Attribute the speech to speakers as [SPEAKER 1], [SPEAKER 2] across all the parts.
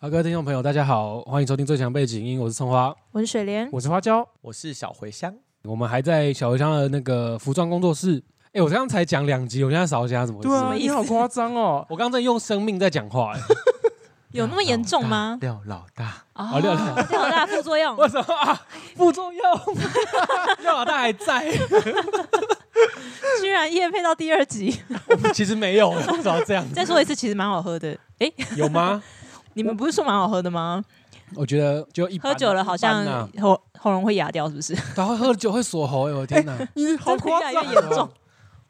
[SPEAKER 1] 好，各位听众朋友，大家好，欢迎收听《最强背景音》，我是葱花，
[SPEAKER 2] 我是水莲，
[SPEAKER 3] 我是花椒，
[SPEAKER 4] 我是小茴香。
[SPEAKER 1] 我们还在小茴香的那个服装工作室。哎，我刚刚才讲两集，我现在少加怎么回
[SPEAKER 3] 对
[SPEAKER 1] 事？
[SPEAKER 3] 啊，你好夸张 哦！
[SPEAKER 1] 我刚刚在用生命在讲话，哎
[SPEAKER 2] 有那么严重吗？
[SPEAKER 4] 廖老大，
[SPEAKER 2] 啊
[SPEAKER 1] 好廖老
[SPEAKER 2] 廖老大副 作用，
[SPEAKER 1] 为什么啊？副作用， 廖老大还在，
[SPEAKER 2] 居然夜配到第二集。
[SPEAKER 1] 我们 其实没有，不知道这样
[SPEAKER 2] 再说一次，其实蛮好喝的。哎，
[SPEAKER 1] 有吗？
[SPEAKER 2] 你们不是说蛮好喝的吗？
[SPEAKER 1] 我觉得就一般
[SPEAKER 2] 喝酒了好像
[SPEAKER 1] 一般啊
[SPEAKER 2] 喉喉咙会哑掉，是不是？
[SPEAKER 1] 然后喝了酒会锁喉，哎我的天 哪！
[SPEAKER 3] 你好
[SPEAKER 2] 真的
[SPEAKER 3] 夸
[SPEAKER 2] 越来
[SPEAKER 3] 张啊
[SPEAKER 2] 越严重。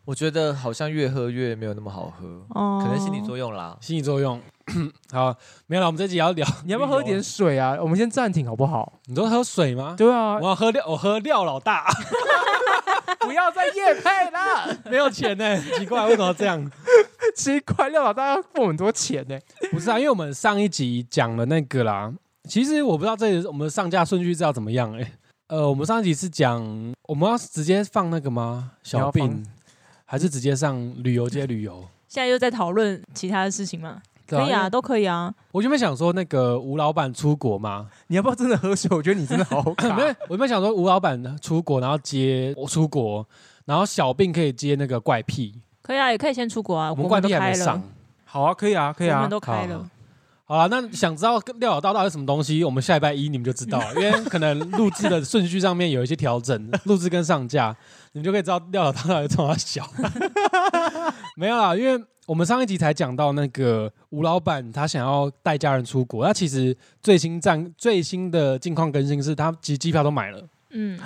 [SPEAKER 4] 我觉得好像越喝越没有那么好喝，
[SPEAKER 2] 哦
[SPEAKER 4] 可能心理作用啦。
[SPEAKER 1] 心理作用。 好，没有了，我们这集要聊，
[SPEAKER 3] 你要不要喝点水啊？我们先暂停好不好？
[SPEAKER 1] 你都喝水吗？
[SPEAKER 3] 对啊
[SPEAKER 1] 我，要喝廖，我喝廖老大，
[SPEAKER 3] 不要再夜配啦！
[SPEAKER 1] 没有钱呢，奇怪，为什么要这样？
[SPEAKER 3] 奇怪，廖老啊大要付我们多钱呢？
[SPEAKER 1] 不是啊，因为我们上一集讲了那个啦，其实我不知道这里我们上架顺序是要怎么样哎、呃，我们上一集是讲我们要直接放那个吗？小
[SPEAKER 3] 你要
[SPEAKER 1] 病，还是直接上旅游街旅 游？
[SPEAKER 2] 现在又在讨论其他的事情吗？
[SPEAKER 1] 对
[SPEAKER 2] 可以啊，
[SPEAKER 1] 因为
[SPEAKER 2] 都可以啊。
[SPEAKER 1] 我原本想说那个吴老板出国 嘛，
[SPEAKER 3] 你要不要真的喝水？我觉得你真的好卡
[SPEAKER 1] 没有，我原本想说吴老板出国，然后接我出国，然后小病可以接那个怪癖，
[SPEAKER 2] 可以啊，也可以先出国啊。
[SPEAKER 1] 我们
[SPEAKER 2] 国
[SPEAKER 1] 怪
[SPEAKER 2] 门都
[SPEAKER 1] 癖还
[SPEAKER 2] 开
[SPEAKER 1] 没上
[SPEAKER 2] 了，。
[SPEAKER 3] 好啊，可以啊，可以
[SPEAKER 2] 国
[SPEAKER 3] 啊
[SPEAKER 2] 门。都开了。
[SPEAKER 1] 好了，那想知道廖老大到底是什么东西，我们下礼拜一你们就知道了，因为可能录制的顺序上面有一些调整，录制跟上架，你们就可以知道廖老大到底从哪小。 没有啦，因为我们上一集才讲到那个吴老板他想要带家人出国，那其实最新战最新的近况更新是他其实机票都买了，
[SPEAKER 2] 嗯，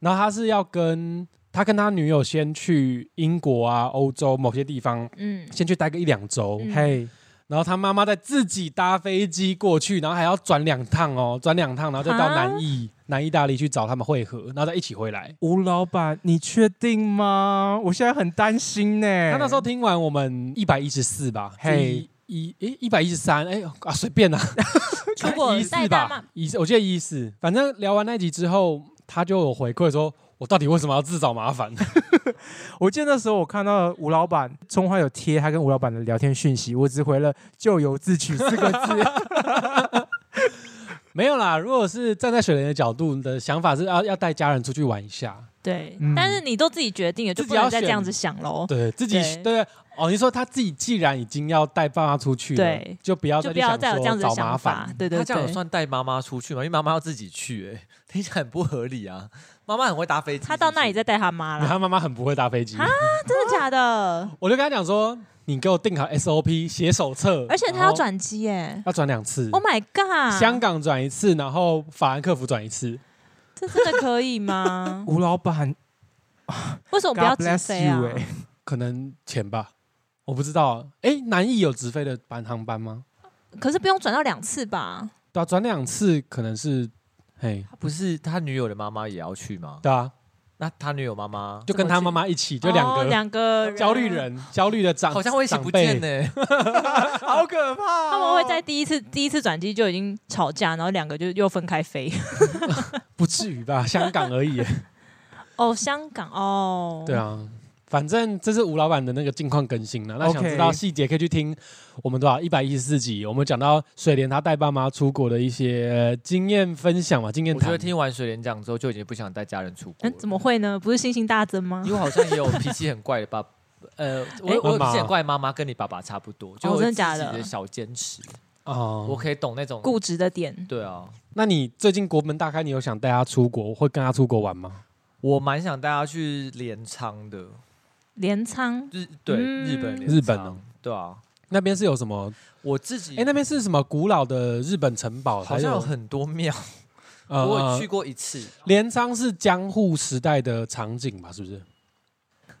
[SPEAKER 1] 然后他是要跟他跟他女友先去英国啊、欧洲某些地方
[SPEAKER 2] 嗯，
[SPEAKER 1] 先去待个一两周。
[SPEAKER 2] 嗯
[SPEAKER 3] 嘿，
[SPEAKER 1] 然后他妈妈再自己搭飞机过去，然后还要转两趟哦，转两趟，然后再到南意南意大利去找他们会合，然后再一起回来。
[SPEAKER 3] 吴老板，你确定吗？我现在很担心呢。
[SPEAKER 1] 他那时候听完我们一百一十四吧，嘿
[SPEAKER 3] 嘿
[SPEAKER 1] 一诶一百一十三哎啊随便啦、
[SPEAKER 2] 出国
[SPEAKER 1] 一四
[SPEAKER 2] 带大
[SPEAKER 1] 吧
[SPEAKER 2] 妈，
[SPEAKER 1] 一四我记得一四，反正聊完那集之后，他就有回馈说，我到底为什么要自找麻烦？
[SPEAKER 3] 我记得那时候我看到吴老板，葱花有贴他跟吴老板的聊天讯息，我只回了“咎由自取”四个字。
[SPEAKER 1] 没有啦，如果是站在水莲的角度的想法是要要带家人出去玩一下，
[SPEAKER 2] 对
[SPEAKER 3] 嗯，？
[SPEAKER 2] 但是你都自己决定了，就
[SPEAKER 1] 自
[SPEAKER 2] 不
[SPEAKER 1] 己要
[SPEAKER 2] 能再这
[SPEAKER 1] 选
[SPEAKER 2] 样子想喽。
[SPEAKER 1] 对自己
[SPEAKER 2] 对
[SPEAKER 1] 对哦，你说他自己既然已经要带爸妈出去了，
[SPEAKER 2] 对，
[SPEAKER 1] 就不要啊
[SPEAKER 2] 就
[SPEAKER 1] 再
[SPEAKER 2] 不
[SPEAKER 1] 去
[SPEAKER 2] 要
[SPEAKER 1] 想
[SPEAKER 2] 再有这
[SPEAKER 1] 说
[SPEAKER 2] 样子的
[SPEAKER 1] 找麻
[SPEAKER 2] 想
[SPEAKER 1] 烦
[SPEAKER 2] 法。。对对
[SPEAKER 4] 他这样有
[SPEAKER 2] 对，
[SPEAKER 4] 算带妈妈出去吗？因为妈妈要自己去、哎， 听起来很不合理啊。妈妈很会搭飞机，
[SPEAKER 2] 他到那里
[SPEAKER 4] 是不是
[SPEAKER 2] 再带他妈啦。
[SPEAKER 1] 他妈妈很不会搭飞机，
[SPEAKER 2] 啊真的假的？
[SPEAKER 1] 我就跟他讲说，你给我定好 SOP，写手册，
[SPEAKER 2] 而且他
[SPEAKER 1] 然
[SPEAKER 2] 要
[SPEAKER 1] 后
[SPEAKER 2] 转机耶
[SPEAKER 1] 要转两次，
[SPEAKER 2] ！Oh my god！
[SPEAKER 1] 哦香港转一次，然后法兰克福转一次。
[SPEAKER 2] 这真的可以吗
[SPEAKER 3] 吴老 板
[SPEAKER 2] 为什么不要
[SPEAKER 3] ，God
[SPEAKER 2] 直
[SPEAKER 3] bless
[SPEAKER 2] 飞啊
[SPEAKER 1] 欸
[SPEAKER 3] you，？哎，
[SPEAKER 1] 可能钱吧，我不知道。哎，南艺有直飞的班航班吗？
[SPEAKER 2] 可是不用转到两次吧？
[SPEAKER 1] 对啊，转两次可能是，嘿，
[SPEAKER 4] 不是他女友的妈妈也要去吗？
[SPEAKER 1] 对啊，
[SPEAKER 4] 那他女友妈妈
[SPEAKER 1] 就跟他妈妈一起，就两
[SPEAKER 2] 哦
[SPEAKER 1] 个
[SPEAKER 2] 两个
[SPEAKER 1] 焦虑，人，焦虑的长
[SPEAKER 4] 好像会一起
[SPEAKER 1] 长
[SPEAKER 4] 不
[SPEAKER 1] 辈
[SPEAKER 4] 见呢、哎
[SPEAKER 3] 好可怕哦！
[SPEAKER 2] 他们会在第一次第一次转机就已经吵架，然后两个就又分 开飞。
[SPEAKER 1] 不至于吧？香港而 已。
[SPEAKER 2] 哦，香港哦，
[SPEAKER 1] 对，啊，反正这是吴老板的那个近况更新了。那想
[SPEAKER 3] OK
[SPEAKER 1] 知道细节，可以去听我们多少一百一十四集，我们讲到水莲她带爸妈出国的一些呃经验分享嘛，经验
[SPEAKER 4] 我觉
[SPEAKER 1] 谈
[SPEAKER 4] 得。听完水莲讲之后，就已经不想带家人出国
[SPEAKER 2] 嗯
[SPEAKER 4] 了，。
[SPEAKER 2] 怎么会呢？不是信心大增吗
[SPEAKER 4] 因？为我好像也有脾气很怪的爸， 呃，我
[SPEAKER 1] 哎
[SPEAKER 4] 我有
[SPEAKER 1] 妈妈
[SPEAKER 4] 脾气很怪的妈妈，跟你爸爸差不多，就
[SPEAKER 2] 哦
[SPEAKER 4] 有
[SPEAKER 2] 真
[SPEAKER 4] 自
[SPEAKER 2] 的
[SPEAKER 4] 己
[SPEAKER 2] 假的
[SPEAKER 4] 的小坚持，我
[SPEAKER 1] 哦，
[SPEAKER 4] 可以懂那种。
[SPEAKER 2] 固执的点，
[SPEAKER 4] 对啊，
[SPEAKER 1] 那你最近国门大开，你有想带她出国，会跟她出国玩吗？
[SPEAKER 4] 我蛮想带他去镰仓的，
[SPEAKER 2] 镰仓
[SPEAKER 4] 日对
[SPEAKER 2] 嗯
[SPEAKER 4] 日本镰
[SPEAKER 1] 日本
[SPEAKER 4] 仓
[SPEAKER 1] 哦，
[SPEAKER 4] 对啊，
[SPEAKER 1] 那边是有什么？
[SPEAKER 4] 我自己
[SPEAKER 1] 哎、那边是什么古老的日本城堡？
[SPEAKER 4] 嗯好
[SPEAKER 1] 还
[SPEAKER 4] 像有
[SPEAKER 1] 有
[SPEAKER 4] 很多庙，
[SPEAKER 1] 呃
[SPEAKER 4] 我有去过一次，
[SPEAKER 1] 镰仓是江户时代的场景吧？是不是？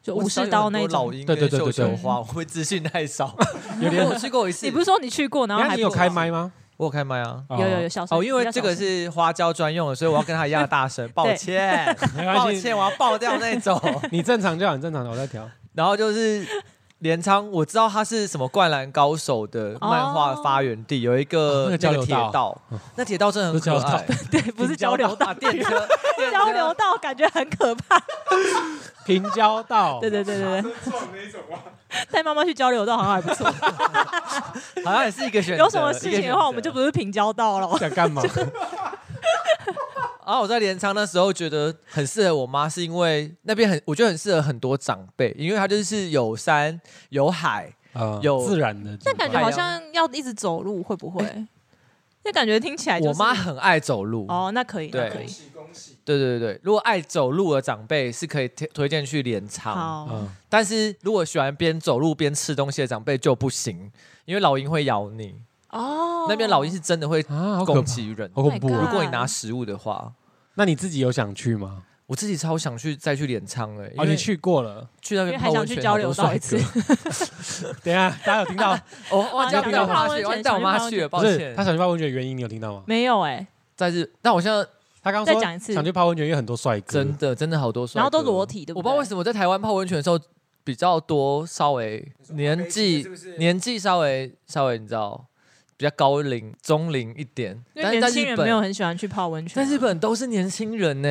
[SPEAKER 2] 就
[SPEAKER 4] 我
[SPEAKER 2] 武
[SPEAKER 4] 知道
[SPEAKER 2] 士
[SPEAKER 4] 有
[SPEAKER 2] 刀
[SPEAKER 4] 很
[SPEAKER 2] 那
[SPEAKER 4] 多老
[SPEAKER 2] 种。
[SPEAKER 4] 鹰
[SPEAKER 1] 对对
[SPEAKER 4] 跟
[SPEAKER 1] 对对
[SPEAKER 4] 绣球
[SPEAKER 2] 对
[SPEAKER 4] 花，我会自信太少，
[SPEAKER 1] 有点
[SPEAKER 4] 我去过一次，
[SPEAKER 2] 你不是说你去过，然后
[SPEAKER 1] 那
[SPEAKER 2] 还
[SPEAKER 1] 你有
[SPEAKER 2] 不啊
[SPEAKER 1] 开
[SPEAKER 2] 知道？
[SPEAKER 1] 麦吗？
[SPEAKER 4] 我有开麦啊？
[SPEAKER 2] 有有有，小声
[SPEAKER 4] 哦，因为这
[SPEAKER 2] 比较
[SPEAKER 4] 个
[SPEAKER 2] 小声
[SPEAKER 4] 是花椒专用的，所以我要跟他一样大 声，抱歉，
[SPEAKER 1] 有，没
[SPEAKER 4] 抱
[SPEAKER 1] 关系，
[SPEAKER 4] 歉，我要爆掉那种。
[SPEAKER 1] 你正常就好，你正常的，我在调。
[SPEAKER 4] 然后就是镰仓，我知道它是什么《灌篮高手》的漫画发源地，有一
[SPEAKER 1] 哦
[SPEAKER 4] 个
[SPEAKER 1] 那个交流
[SPEAKER 4] 铁
[SPEAKER 1] 道
[SPEAKER 4] 道，那铁道真的很可爱
[SPEAKER 1] 不，
[SPEAKER 2] 对，不是交流道，
[SPEAKER 4] 啊电车，电车
[SPEAKER 2] 交流道感觉很可怕。
[SPEAKER 1] 平交 道，
[SPEAKER 2] 对对对对对，带妈妈去交流道好像还不错。
[SPEAKER 4] 好像也是一个选择。
[SPEAKER 2] 有什么事情的话，我们就不
[SPEAKER 4] 是。
[SPEAKER 2] 是平交道了。
[SPEAKER 1] 想 干嘛？
[SPEAKER 4] 然后啊我在镰仓那时候觉得很适合我妈，是因为那边很，我觉得很适合很多长辈，因为它就是有山有海，
[SPEAKER 1] 啊
[SPEAKER 4] 有
[SPEAKER 1] 自然的景
[SPEAKER 2] 但
[SPEAKER 1] 观，
[SPEAKER 2] 感觉好像要一直走路，会不会？ 那感觉听起来就是
[SPEAKER 4] 我妈很爱走路。
[SPEAKER 2] 哦，那可以，那可以
[SPEAKER 4] 对。对对对对，如果爱走路的长辈是可以推推荐去镰仓，
[SPEAKER 2] 好，
[SPEAKER 1] 嗯，
[SPEAKER 4] 但是如果喜欢边走路边吃东西的长辈就不行，因为老鹰会咬你。
[SPEAKER 2] 哦，
[SPEAKER 4] 那边老鹰是真的会
[SPEAKER 1] 啊，好可
[SPEAKER 4] 攻
[SPEAKER 1] 怕，
[SPEAKER 4] 击人。
[SPEAKER 1] 好恐怖
[SPEAKER 2] Oh my
[SPEAKER 1] 哦。
[SPEAKER 4] 如
[SPEAKER 2] god
[SPEAKER 4] 果你拿食物的话，
[SPEAKER 1] 那你自己有想去吗？
[SPEAKER 4] 我自己超想去再去镰仓哎、欸，
[SPEAKER 1] 哦，
[SPEAKER 4] 因为
[SPEAKER 1] 你去过 了。
[SPEAKER 4] 去那
[SPEAKER 2] 因为
[SPEAKER 4] 边
[SPEAKER 2] 还
[SPEAKER 4] 泡
[SPEAKER 2] 想
[SPEAKER 4] 温
[SPEAKER 2] 去
[SPEAKER 4] 泉，
[SPEAKER 2] 交流道一次，
[SPEAKER 1] 等一下，大家有听 到？
[SPEAKER 4] 我忘记
[SPEAKER 2] 啊
[SPEAKER 4] 要带我妈
[SPEAKER 2] 想去泡
[SPEAKER 4] 去，
[SPEAKER 2] 温泉
[SPEAKER 4] 忘记带我妈去了，抱
[SPEAKER 1] 不是
[SPEAKER 4] 歉
[SPEAKER 1] 他。想去泡温泉的原因，你有听到吗？
[SPEAKER 2] 没有哎，
[SPEAKER 4] 但是，但我现在
[SPEAKER 1] 他刚
[SPEAKER 2] 再
[SPEAKER 1] 刚
[SPEAKER 2] 讲一
[SPEAKER 1] 说
[SPEAKER 2] 次
[SPEAKER 1] 想去泡温泉，因为很多帅哥
[SPEAKER 4] 真。的真的好多帅哥，哦
[SPEAKER 2] 然后都裸体，对
[SPEAKER 4] 我
[SPEAKER 2] 不
[SPEAKER 4] 不
[SPEAKER 2] 对？
[SPEAKER 4] 知道为什么在台湾泡温泉的时候比较多，稍微年纪
[SPEAKER 3] 嗯
[SPEAKER 4] 年纪稍微稍微你知道比较高龄中龄一点，
[SPEAKER 2] 因
[SPEAKER 4] 但
[SPEAKER 2] 为
[SPEAKER 4] 是在
[SPEAKER 2] 年轻
[SPEAKER 4] 日
[SPEAKER 2] 人没有
[SPEAKER 4] 本，
[SPEAKER 2] 很喜欢去泡温泉
[SPEAKER 4] 在
[SPEAKER 2] 啊。
[SPEAKER 4] 日本都是年轻人呢、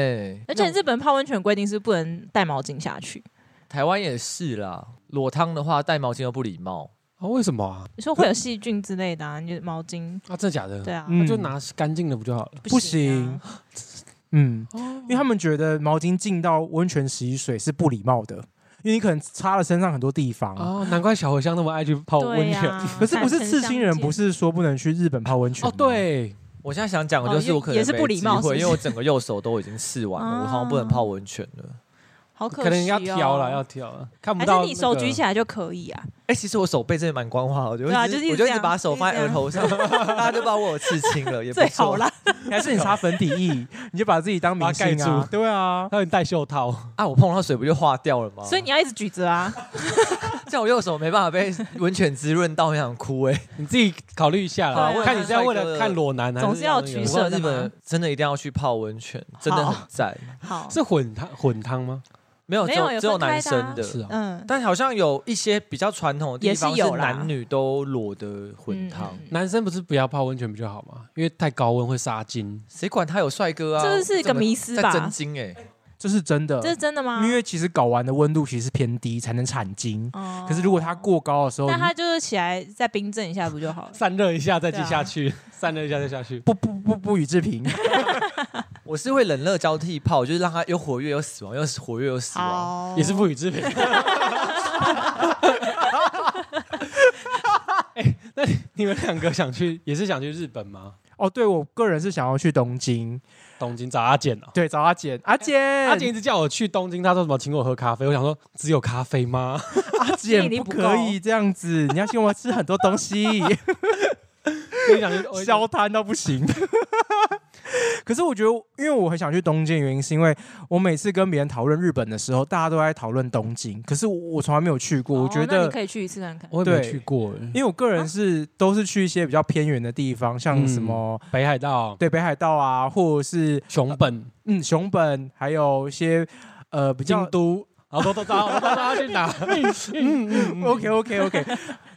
[SPEAKER 2] 而且日本泡温泉规定是不能带毛巾下去，
[SPEAKER 4] 台湾也是啦，裸汤的话带毛巾都不礼貌。
[SPEAKER 1] 啊？为什么啊？
[SPEAKER 2] 你说会有细菌之类的啊，你就毛巾，
[SPEAKER 1] 啊，真的假的？
[SPEAKER 2] 对啊，
[SPEAKER 1] 那
[SPEAKER 3] 嗯
[SPEAKER 1] 就拿干净的不就好了？
[SPEAKER 3] 不
[SPEAKER 2] 行
[SPEAKER 3] 行
[SPEAKER 2] 啊，
[SPEAKER 3] 嗯，
[SPEAKER 1] 哦
[SPEAKER 3] 因为他们觉得毛巾浸到温泉洗衣水是不礼貌的，因为你可能擦了身上很多地方。
[SPEAKER 1] 哦，难怪小茴香那么爱去泡温
[SPEAKER 2] 对啊
[SPEAKER 1] 泉。
[SPEAKER 2] 呀，
[SPEAKER 3] 可是不是
[SPEAKER 2] 坦诚
[SPEAKER 3] 刺青人
[SPEAKER 2] 相见
[SPEAKER 3] 不是说不能去日本泡温泉
[SPEAKER 1] 哦，
[SPEAKER 3] 吗，
[SPEAKER 1] 对，
[SPEAKER 4] 我现在想讲的
[SPEAKER 2] 哦
[SPEAKER 4] 就是
[SPEAKER 2] 也
[SPEAKER 4] 我可能
[SPEAKER 2] 也是不礼貌
[SPEAKER 4] 没机
[SPEAKER 2] 是
[SPEAKER 4] 会
[SPEAKER 2] 不是
[SPEAKER 4] 因为我整个右手都已经试完了，我好像不能泡温泉了。
[SPEAKER 2] 好可惜哦
[SPEAKER 1] 可能要挑了，要挑了，看不
[SPEAKER 2] 还
[SPEAKER 1] 到。
[SPEAKER 2] 是你手举起，来就可以啊？
[SPEAKER 4] 哎、其实我手背真的蛮光滑的，我就
[SPEAKER 2] 对啊
[SPEAKER 4] 一直
[SPEAKER 2] 就是一直
[SPEAKER 4] 我就
[SPEAKER 2] 这
[SPEAKER 4] 一直
[SPEAKER 2] 样
[SPEAKER 4] 把手放在额 头上，大家就不知道我有刺青了，也不
[SPEAKER 2] 最
[SPEAKER 4] 错
[SPEAKER 2] 好啦，
[SPEAKER 3] 还是你擦粉底 液，你就把自己当明
[SPEAKER 1] 把它
[SPEAKER 3] 星
[SPEAKER 1] 盖
[SPEAKER 3] 啊
[SPEAKER 1] 住？
[SPEAKER 3] 对啊，
[SPEAKER 1] 还有你戴袖套，
[SPEAKER 4] 啊！我碰到水不就化掉了
[SPEAKER 1] 哦
[SPEAKER 4] 吗？
[SPEAKER 2] 所以你要一直举 着啊。
[SPEAKER 4] 像我右手没办法被温泉滋润到，很想哭哎、
[SPEAKER 1] 你自己考虑一下
[SPEAKER 2] 好啊
[SPEAKER 1] 啦。
[SPEAKER 2] 我也
[SPEAKER 1] 看你是要为
[SPEAKER 4] 看帅哥
[SPEAKER 1] 了
[SPEAKER 4] 的
[SPEAKER 1] 看裸男，还
[SPEAKER 2] 总是要
[SPEAKER 1] 那
[SPEAKER 2] 取
[SPEAKER 1] 个
[SPEAKER 4] 我
[SPEAKER 2] 舍
[SPEAKER 4] 说
[SPEAKER 2] 的
[SPEAKER 4] 日
[SPEAKER 2] 吗
[SPEAKER 4] 本真的一定要去泡温泉，真的很赞。
[SPEAKER 2] 好，
[SPEAKER 1] 是混汤混汤吗？
[SPEAKER 4] 没有，
[SPEAKER 2] 没
[SPEAKER 4] 只
[SPEAKER 2] 有
[SPEAKER 4] 有
[SPEAKER 2] 有
[SPEAKER 4] 只有
[SPEAKER 2] 分开
[SPEAKER 4] 男
[SPEAKER 2] 的啊
[SPEAKER 4] 生的，
[SPEAKER 1] 是啊，
[SPEAKER 2] 嗯
[SPEAKER 4] 但好像有一些比较传统的地方
[SPEAKER 2] 也是有啦
[SPEAKER 4] 男女都裸的混
[SPEAKER 2] 嗯
[SPEAKER 4] 汤，
[SPEAKER 2] 嗯
[SPEAKER 1] 男生不是不要泡温泉比较好吗？因为太高温会杀精。
[SPEAKER 4] 谁管他有帅哥啊？
[SPEAKER 2] 这是一个迷思
[SPEAKER 4] 在
[SPEAKER 2] 吧
[SPEAKER 4] 真？经哎、
[SPEAKER 3] 这是真的
[SPEAKER 2] 嗯这，是真的
[SPEAKER 1] 啊
[SPEAKER 2] 吗？
[SPEAKER 3] 因为其实睾丸的温度其实是偏低才能产精，
[SPEAKER 2] 哦
[SPEAKER 3] 可是如果它，过高的时候，
[SPEAKER 2] 那
[SPEAKER 3] 你
[SPEAKER 2] 他就是起来再冰镇一下不就好 了？
[SPEAKER 1] 散热一下再继
[SPEAKER 2] 对啊
[SPEAKER 1] 下去，散热一下再下去。
[SPEAKER 3] 不不不不予 置评。
[SPEAKER 4] 我是会冷热交替泡，就是让它又活跃又死亡，又活跃又死亡。
[SPEAKER 2] 好，
[SPEAKER 1] 也是不予置评。 哎、哎那你你们两个想去，也是想去日本吗？
[SPEAKER 3] 哦，对我个人是想要去东京，
[SPEAKER 1] 东京找阿健哦、
[SPEAKER 3] 对，找阿简，阿简，
[SPEAKER 1] 阿健一直叫我去东京，他说什么请我喝咖啡，我想说只有咖啡吗？
[SPEAKER 3] 阿
[SPEAKER 2] 吸
[SPEAKER 3] 简
[SPEAKER 2] 引力
[SPEAKER 3] 不
[SPEAKER 2] 不
[SPEAKER 3] 可以这样子，你要请我吃很多东西，
[SPEAKER 1] 我就想去我 就想
[SPEAKER 3] 消摊到不行。 可是我觉得，因为我很想去东京，的原因是因为我每次跟别人讨论日本的时候，大家都在讨论东京，可是我我从来没有去过。
[SPEAKER 2] 哦
[SPEAKER 3] 我觉
[SPEAKER 2] 那
[SPEAKER 3] 得
[SPEAKER 2] 你，可以啊去一次看看。
[SPEAKER 1] 我也没去过、
[SPEAKER 3] 因为我个人是、都是去一些比较偏远的地方，像
[SPEAKER 1] 嗯
[SPEAKER 3] 什么、
[SPEAKER 1] 北海道、
[SPEAKER 3] 对北海道啊，或者是
[SPEAKER 1] 熊本、
[SPEAKER 3] 嗯熊本，还有一些呃比较
[SPEAKER 1] 京都，好多都知道，我都知道要去哪。 嗯嗯嗯
[SPEAKER 3] OK OK OK，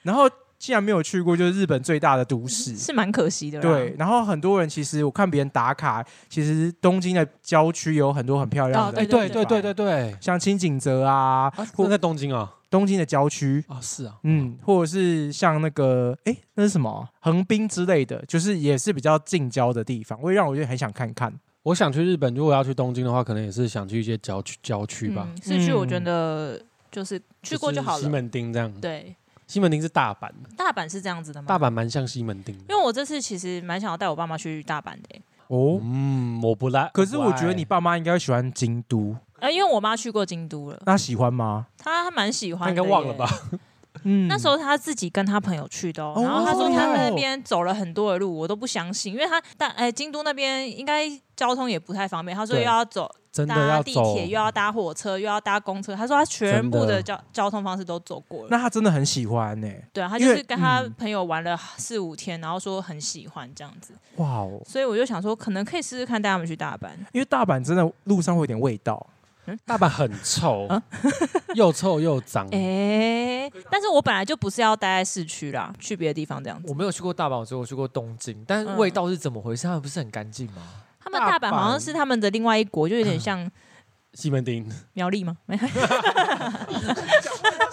[SPEAKER 3] 然 后竟然没有去过，就是日本最大的都市。
[SPEAKER 2] 是蛮可惜的啦。
[SPEAKER 3] 对，然后很多人其实我看别人打卡，其实东京的郊区有很多很漂亮
[SPEAKER 2] 哦
[SPEAKER 3] 的，
[SPEAKER 1] 哎、对对对对对，
[SPEAKER 3] 像清景泽啊，
[SPEAKER 1] 那在东京啊、
[SPEAKER 3] 东京的郊区，
[SPEAKER 1] 啊、是啊，
[SPEAKER 3] 嗯，或者是像那个哎那是什么横滨之类的，就是也是比较近郊的地方，会让我就很想看看。
[SPEAKER 1] 我想去日本，如果要去东京的话，可能也是想去一些郊区郊区吧，
[SPEAKER 2] 嗯市区我
[SPEAKER 3] 嗯
[SPEAKER 2] 觉得就是去过就好
[SPEAKER 1] 是西
[SPEAKER 2] 了。
[SPEAKER 1] 门町这样。
[SPEAKER 2] 对，
[SPEAKER 1] 西门町是大阪，
[SPEAKER 2] 大阪是这样子的吗？
[SPEAKER 1] 大阪蛮像西门町的。
[SPEAKER 2] 因为我这次其实蛮想要带我爸妈去大阪的欸、
[SPEAKER 3] 哦，
[SPEAKER 1] 嗯，我不来。
[SPEAKER 3] 可是我觉得
[SPEAKER 1] 不
[SPEAKER 3] 你
[SPEAKER 1] 爱
[SPEAKER 3] 爸妈应该会喜欢京都，
[SPEAKER 2] 呃，因为我妈去过京都了，
[SPEAKER 3] 那喜欢吗？
[SPEAKER 2] 她还蛮喜
[SPEAKER 1] 他
[SPEAKER 2] 欢
[SPEAKER 1] 应
[SPEAKER 2] 的。
[SPEAKER 1] 该忘了吧？？
[SPEAKER 3] 嗯，
[SPEAKER 2] 那时候她自己跟她朋友去的、哦，
[SPEAKER 3] 哦
[SPEAKER 2] 然后她说她在
[SPEAKER 3] 哦
[SPEAKER 2] 那边走了很多的路，我都不相信，因为她但哎、京都那边应该交通也不太方便，她说又
[SPEAKER 1] 对
[SPEAKER 2] 要走
[SPEAKER 1] 真的
[SPEAKER 2] 搭
[SPEAKER 1] 要
[SPEAKER 2] 地
[SPEAKER 1] 走
[SPEAKER 2] 铁，又要搭火车，又要搭公车，她说她全部
[SPEAKER 1] 真的
[SPEAKER 2] 的交交通方式都走过了。
[SPEAKER 3] 那他真的很喜欢呢、
[SPEAKER 2] 对啊，她
[SPEAKER 3] 因
[SPEAKER 2] 就
[SPEAKER 3] 为
[SPEAKER 2] 是跟她
[SPEAKER 3] 嗯
[SPEAKER 2] 朋友玩了四五天，然后说很喜欢这样子，
[SPEAKER 3] 哇哦，
[SPEAKER 2] 所以我就想说，可能可以试试看带他们去大阪。
[SPEAKER 3] 因为大阪真的路上会有点味道，
[SPEAKER 1] 大阪很臭， 又臭又脏。
[SPEAKER 2] 嗯哎、但是我本来就不是要待在市区啦，去别的地方这样子。
[SPEAKER 4] 我没有去过大阪，我只有去过东京，但是
[SPEAKER 2] 嗯
[SPEAKER 4] 味道是怎么回事？他们不是很干净吗？
[SPEAKER 2] 他们大阪好像是他们的另外一国，就有点像
[SPEAKER 1] 西门町，
[SPEAKER 2] 苗栗吗？没，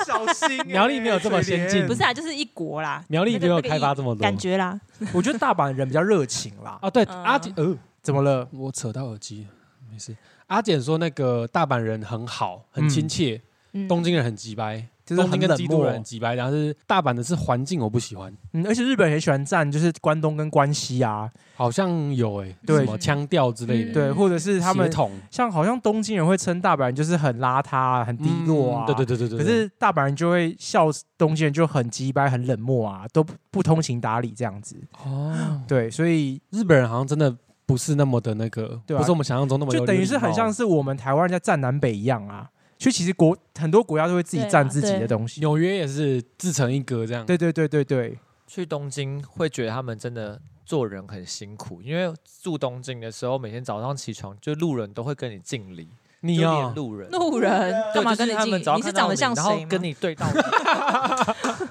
[SPEAKER 3] 小心、
[SPEAKER 1] 苗栗没有这么先进
[SPEAKER 2] 不是啊，就是一国啦。
[SPEAKER 1] 嗯苗栗
[SPEAKER 2] 那
[SPEAKER 1] 没
[SPEAKER 2] 个
[SPEAKER 1] 有
[SPEAKER 2] 那个
[SPEAKER 1] 开发这么多
[SPEAKER 2] 感觉啦，
[SPEAKER 3] 我觉得大阪人比较热情啦。
[SPEAKER 1] 啊。对，
[SPEAKER 2] 嗯
[SPEAKER 1] 阿简，呃，
[SPEAKER 3] 怎么了？
[SPEAKER 1] 我扯到耳机，没事。阿简说那个大阪人很好，很亲切，
[SPEAKER 2] 嗯，
[SPEAKER 1] 东京人很急掰，
[SPEAKER 3] 就是
[SPEAKER 1] 东
[SPEAKER 3] 很
[SPEAKER 1] 京跟
[SPEAKER 3] 冷
[SPEAKER 1] 基督
[SPEAKER 3] 漠
[SPEAKER 1] 人很急掰，然后是大阪的是环境我不喜欢，
[SPEAKER 3] 嗯，而且日本人很喜欢站就是关东跟关西啊，
[SPEAKER 1] 好像有哎，
[SPEAKER 3] 对
[SPEAKER 1] 什么腔调之类的，
[SPEAKER 2] 嗯
[SPEAKER 3] 对，或者是他们
[SPEAKER 1] 血统
[SPEAKER 3] 像好像东京人会称大阪人就是很邋遢、啊、很低落
[SPEAKER 1] 嗯
[SPEAKER 3] 啊，
[SPEAKER 1] 对对对对对。
[SPEAKER 3] 可是大阪人就会笑东京人就很鸡掰、很冷漠啊，都不不通情达理这样子。
[SPEAKER 1] 哦，
[SPEAKER 3] 对，所以
[SPEAKER 1] 日本人好像真的不是那么的那个，
[SPEAKER 3] 对啊
[SPEAKER 1] 不是我们想象中那么有
[SPEAKER 3] 就等于
[SPEAKER 1] 礼
[SPEAKER 3] 是很
[SPEAKER 1] 貌
[SPEAKER 3] 像是我们台湾人在站南北一样啊。所以其实国很多国家都会自己
[SPEAKER 2] 对啊
[SPEAKER 3] 站自己的
[SPEAKER 2] 对
[SPEAKER 3] 东西。
[SPEAKER 1] 纽约也是自成一格这样。
[SPEAKER 3] 对对对对对，
[SPEAKER 4] 去东京会觉得他们真的做人很辛苦，因为住东京的时候，每天早上起床就路人都会跟你敬礼，
[SPEAKER 1] 你
[SPEAKER 4] 就
[SPEAKER 1] 要
[SPEAKER 4] 连路人。
[SPEAKER 2] 路人
[SPEAKER 4] 对
[SPEAKER 2] 啊
[SPEAKER 4] 啊
[SPEAKER 2] 干嘛
[SPEAKER 4] 就
[SPEAKER 2] 跟你
[SPEAKER 4] 是他
[SPEAKER 2] 近
[SPEAKER 4] 们只要
[SPEAKER 2] 你是
[SPEAKER 4] 看到
[SPEAKER 2] 长得像
[SPEAKER 4] 然后
[SPEAKER 2] 谁吗？
[SPEAKER 4] 跟你对到眼，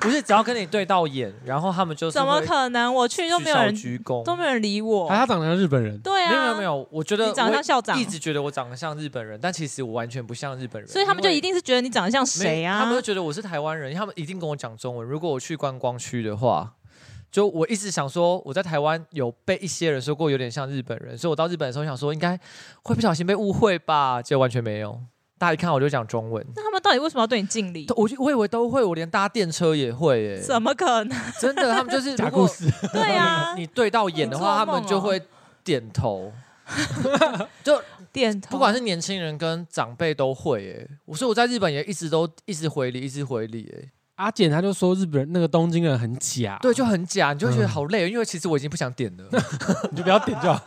[SPEAKER 4] 不是只要跟你对到眼，然后他们就是
[SPEAKER 2] 怎么
[SPEAKER 4] 会
[SPEAKER 2] 可能？我去都没有人
[SPEAKER 4] 取笑鞠躬，
[SPEAKER 2] 都没有人理我。
[SPEAKER 1] 啊，他长得像日本人，
[SPEAKER 2] 对啊，
[SPEAKER 4] 没有没有没有，我觉得
[SPEAKER 2] 你长得像校
[SPEAKER 4] 我
[SPEAKER 2] 长
[SPEAKER 4] 一，直觉得我长得像日本人，但其实我完全不像日本人，
[SPEAKER 2] 所以他们就
[SPEAKER 4] 因为
[SPEAKER 2] 一定是觉得你长得像谁
[SPEAKER 4] 没他
[SPEAKER 2] 啊
[SPEAKER 4] 们？会觉得我是台湾人，因为他们一定跟我讲中文。如果我去观光区的话，就我一直想说，我在台湾有被一些人说过有点像日本人，所以我到日本的时候想说，应该会不小心被误会吧，结果完全没有。大家一看我就讲中文，
[SPEAKER 2] 那他们到底为什么要对你敬礼？
[SPEAKER 4] 我就我以为都会，我连搭电车也会耶、
[SPEAKER 2] 怎么可能？
[SPEAKER 4] 真的，他 们就是
[SPEAKER 1] 假
[SPEAKER 4] 如
[SPEAKER 1] 故
[SPEAKER 4] 果
[SPEAKER 1] 事。
[SPEAKER 2] 对啊，
[SPEAKER 4] 你对到眼的话，
[SPEAKER 2] 你做
[SPEAKER 4] 他
[SPEAKER 2] 梦哦
[SPEAKER 4] 们就会点头。就
[SPEAKER 2] 点头。
[SPEAKER 4] 不管是年轻人跟长辈都会耶、我所以我在日本也一直都一直回礼，一直回礼耶、
[SPEAKER 1] 阿简他就说日本人那个东京人很假，
[SPEAKER 4] 对，就很假，你就会觉
[SPEAKER 1] 嗯
[SPEAKER 4] 得好累，因为其实我已经不想点了。
[SPEAKER 1] 你就不要点就 好。